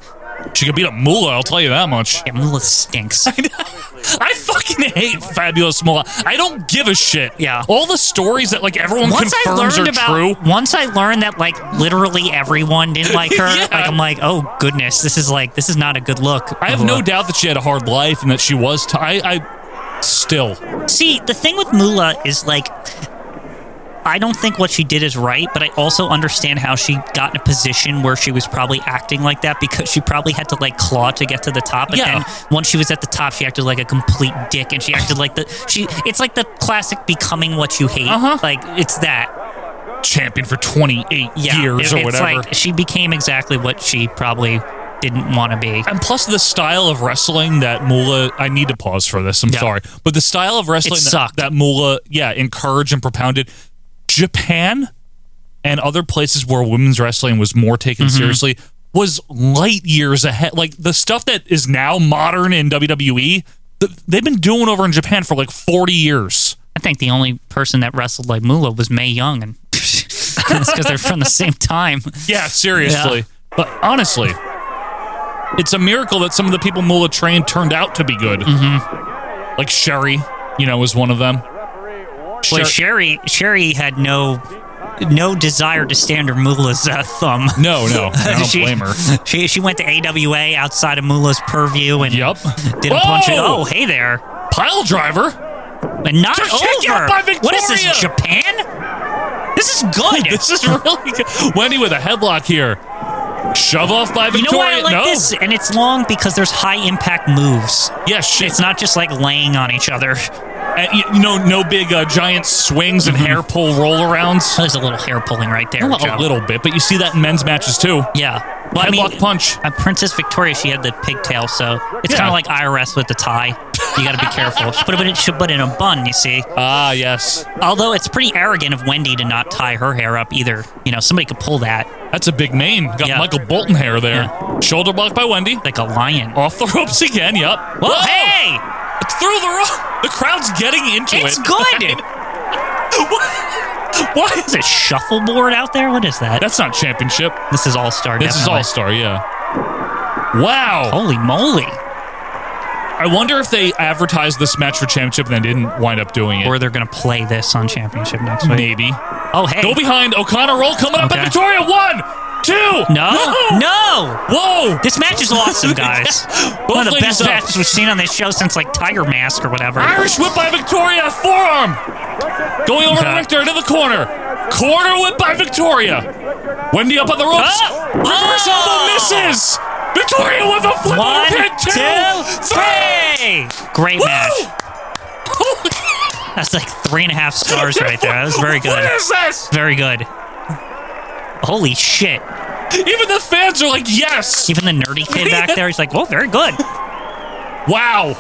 She could beat up Moolah, I'll tell you that much.
Yeah, Moolah stinks.
I fucking hate Fabulous Moolah. I don't give a shit.
Yeah.
All the stories that like everyone
Once I
confirms
learned
are
about
true.
once I learned that like literally everyone didn't like her,
Yeah.
like I'm like, oh goodness, this is like this is not a good look.
I have no doubt that she had a hard life and that she was. T- I, I still.
See, the thing with Moolah is like, I don't think what she did is right, but I also understand how she got in a position where she was probably acting like that because she probably had to like claw to get to the top. And
Yeah.
then once she was at the top, she acted like a complete dick and she acted like the she. It's like the classic becoming what you hate.
Uh-huh.
Like it's that.
Champion for 28
Yeah,
years
It-
or
it's
whatever.
like she became exactly what she probably didn't want to be.
and plus the style of wrestling that Moolah, I need to pause for this. I'm
Yeah.
sorry, but the style of wrestling that,
sucked.
that Moolah, yeah, encouraged and propounded,
Mm-hmm.
Japan and other places where women's wrestling was more taken seriously was light years ahead. Like the stuff that is now modern in WWE, th- they've been doing over in Japan for like 40 years.
I think the only person that wrestled like Moolah was May Young, and it's because they're from the same time.
Yeah, seriously. But honestly, it's a miracle that some of the people Mula trained turned out to be good. Mm-hmm. Like Sherry, you know, was one of them.
Well,
Sher-
Sherry, Sherry had no no desire to stand her Moolah's uh, thumb.
No, no, I don't
she,
blame her.
She she went to AWA outside of Moolah's purview and
Yup.
did a punch. It.
Whoa!
Oh, hey there,
Pile driver.
and not
Just
over.
check out by
what is this,
Victoria!
Japan? This is good.
This is really good. Wendy with a headlock here. Shove off by
you
Victoria.
know why I like
no.
this? And it's long because there's high impact moves.
Yeah, shit.
It's not just like laying on each other.
Uh, you, you know, no big uh, giant swings
Mm-hmm.
and hair pull roll arounds.
There's a little hair pulling right there.
Oh, A
Joe.
little bit, but you see that in men's matches too.
Yeah.
Headlock
I mean,
punch.
uh, Princess Victoria, she had the pigtail, so it's
Yeah.
kind of like IRS with the tie. You got to be careful. She put it in, she put it in a bun, you see.
Ah, yes.
Although it's pretty arrogant of Wendy to not tie her hair up either. You know, somebody could pull that
That's a big mane. Got
Yeah.
Michael Bolton hair there. Shoulder block by Wendy.
like a lion.
Off the ropes again. Yep.
Whoa, hey!
It's through the rope. The crowd's getting into
It's
it.
good!
what? what?
Is it shuffleboard out there? What is that?
That's not championship.
This is All Star.
This is all star. Yeah. Wow.
Holy moly!
I wonder if they advertised this match for championship and then didn't wind up doing it.
Or they're gonna play this on Championship next week.
Maybe.
Oh hey!
Go behind O'Connor roll coming up
Okay.
and Victoria. One, two.
no, no!
Whoa.
This match is awesome, guys.
Yeah.
One
Both
of the
ladies
best
up.
matches we've seen on this show since like Tiger Mask or whatever.
Irish whip by Victoria. Forearm. Going over
Okay.
to Richter into the corner. Corner whip by Victoria. Wendy up on the ropes.
Ah!
Reverse elbow
Oh!
misses. Victoria with a flip
One,
overhead.
two, three! Great
Woo!
match. That's like three and a half stars right there. That was very good.
What is this?
Very good. Holy shit.
Even the fans are like, yes.
Even the nerdy kid back there, he's like, whoa, very good.
Wow.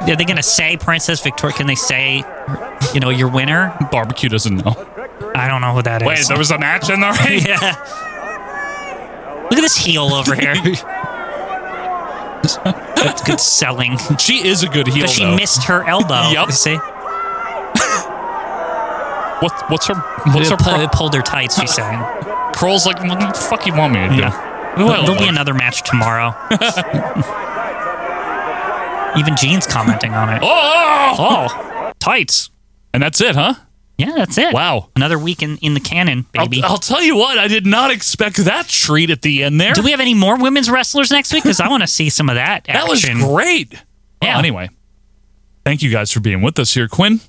Are they going to say Princess Victoria? Can they say, you know, your winner?
Barbecue doesn't know.
I don't know who that is.
Wait, there was a match in the ring?
yeah. Look at this heel over here. That's good selling.
She is a good heel,
But she
though.
missed her elbow.
Yup.
You see?
What, what's her... What's her...
It pulled,
Pro-
it pulled her tights, she's saying.
Crow's like, what the fuck you want me to do?
Yeah.
Well,
There'll be
like-
another match tomorrow. Even Gene's commenting on it.
Oh!
Oh, tights.
And that's it, huh?
Yeah, that's it.
Wow. Oh,
Another week in, in the canon, baby.
I'll, I'll tell you what, I did not expect that treat at the end there.
Do we have any more women's wrestlers next week? Because I want to see some of that action.
that was great. Well,
Yeah.
anyway, thank you guys for being with us here, Quinn.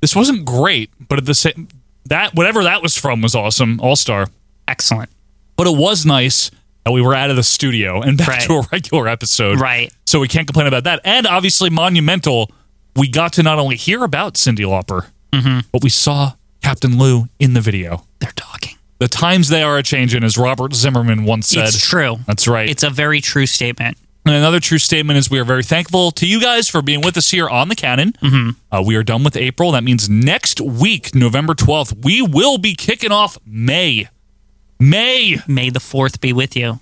This wasn't great, but at the same... That, whatever that was from was awesome. All-star.
Excellent.
But it was nice that we were out of the studio and back
Right.
to a regular episode.
Right.
So we can't complain about that. And obviously, monumental, we got to not only hear about Cindy Lauper,
Mm-hmm.
but we saw Captain Lou in the video.
They're talking.
The times they are a changing, as Robert Zimmerman once said.
It's true.
That's right.
It's a very true statement.
and another true statement is we are very thankful to you guys for being with us here on the Canon.
Mm-hmm.
Uh, we are done with April. That means next week, November 12th, we will be kicking off May. May.
May the 4th be with you.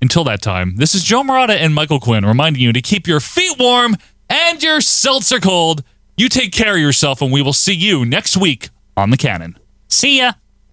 Until that time, this is Joe Morata and Michael Quinn reminding you to keep your feet warm and your seltzer cold. You take care of yourself, and we will see you next week on The Cannon.
See ya.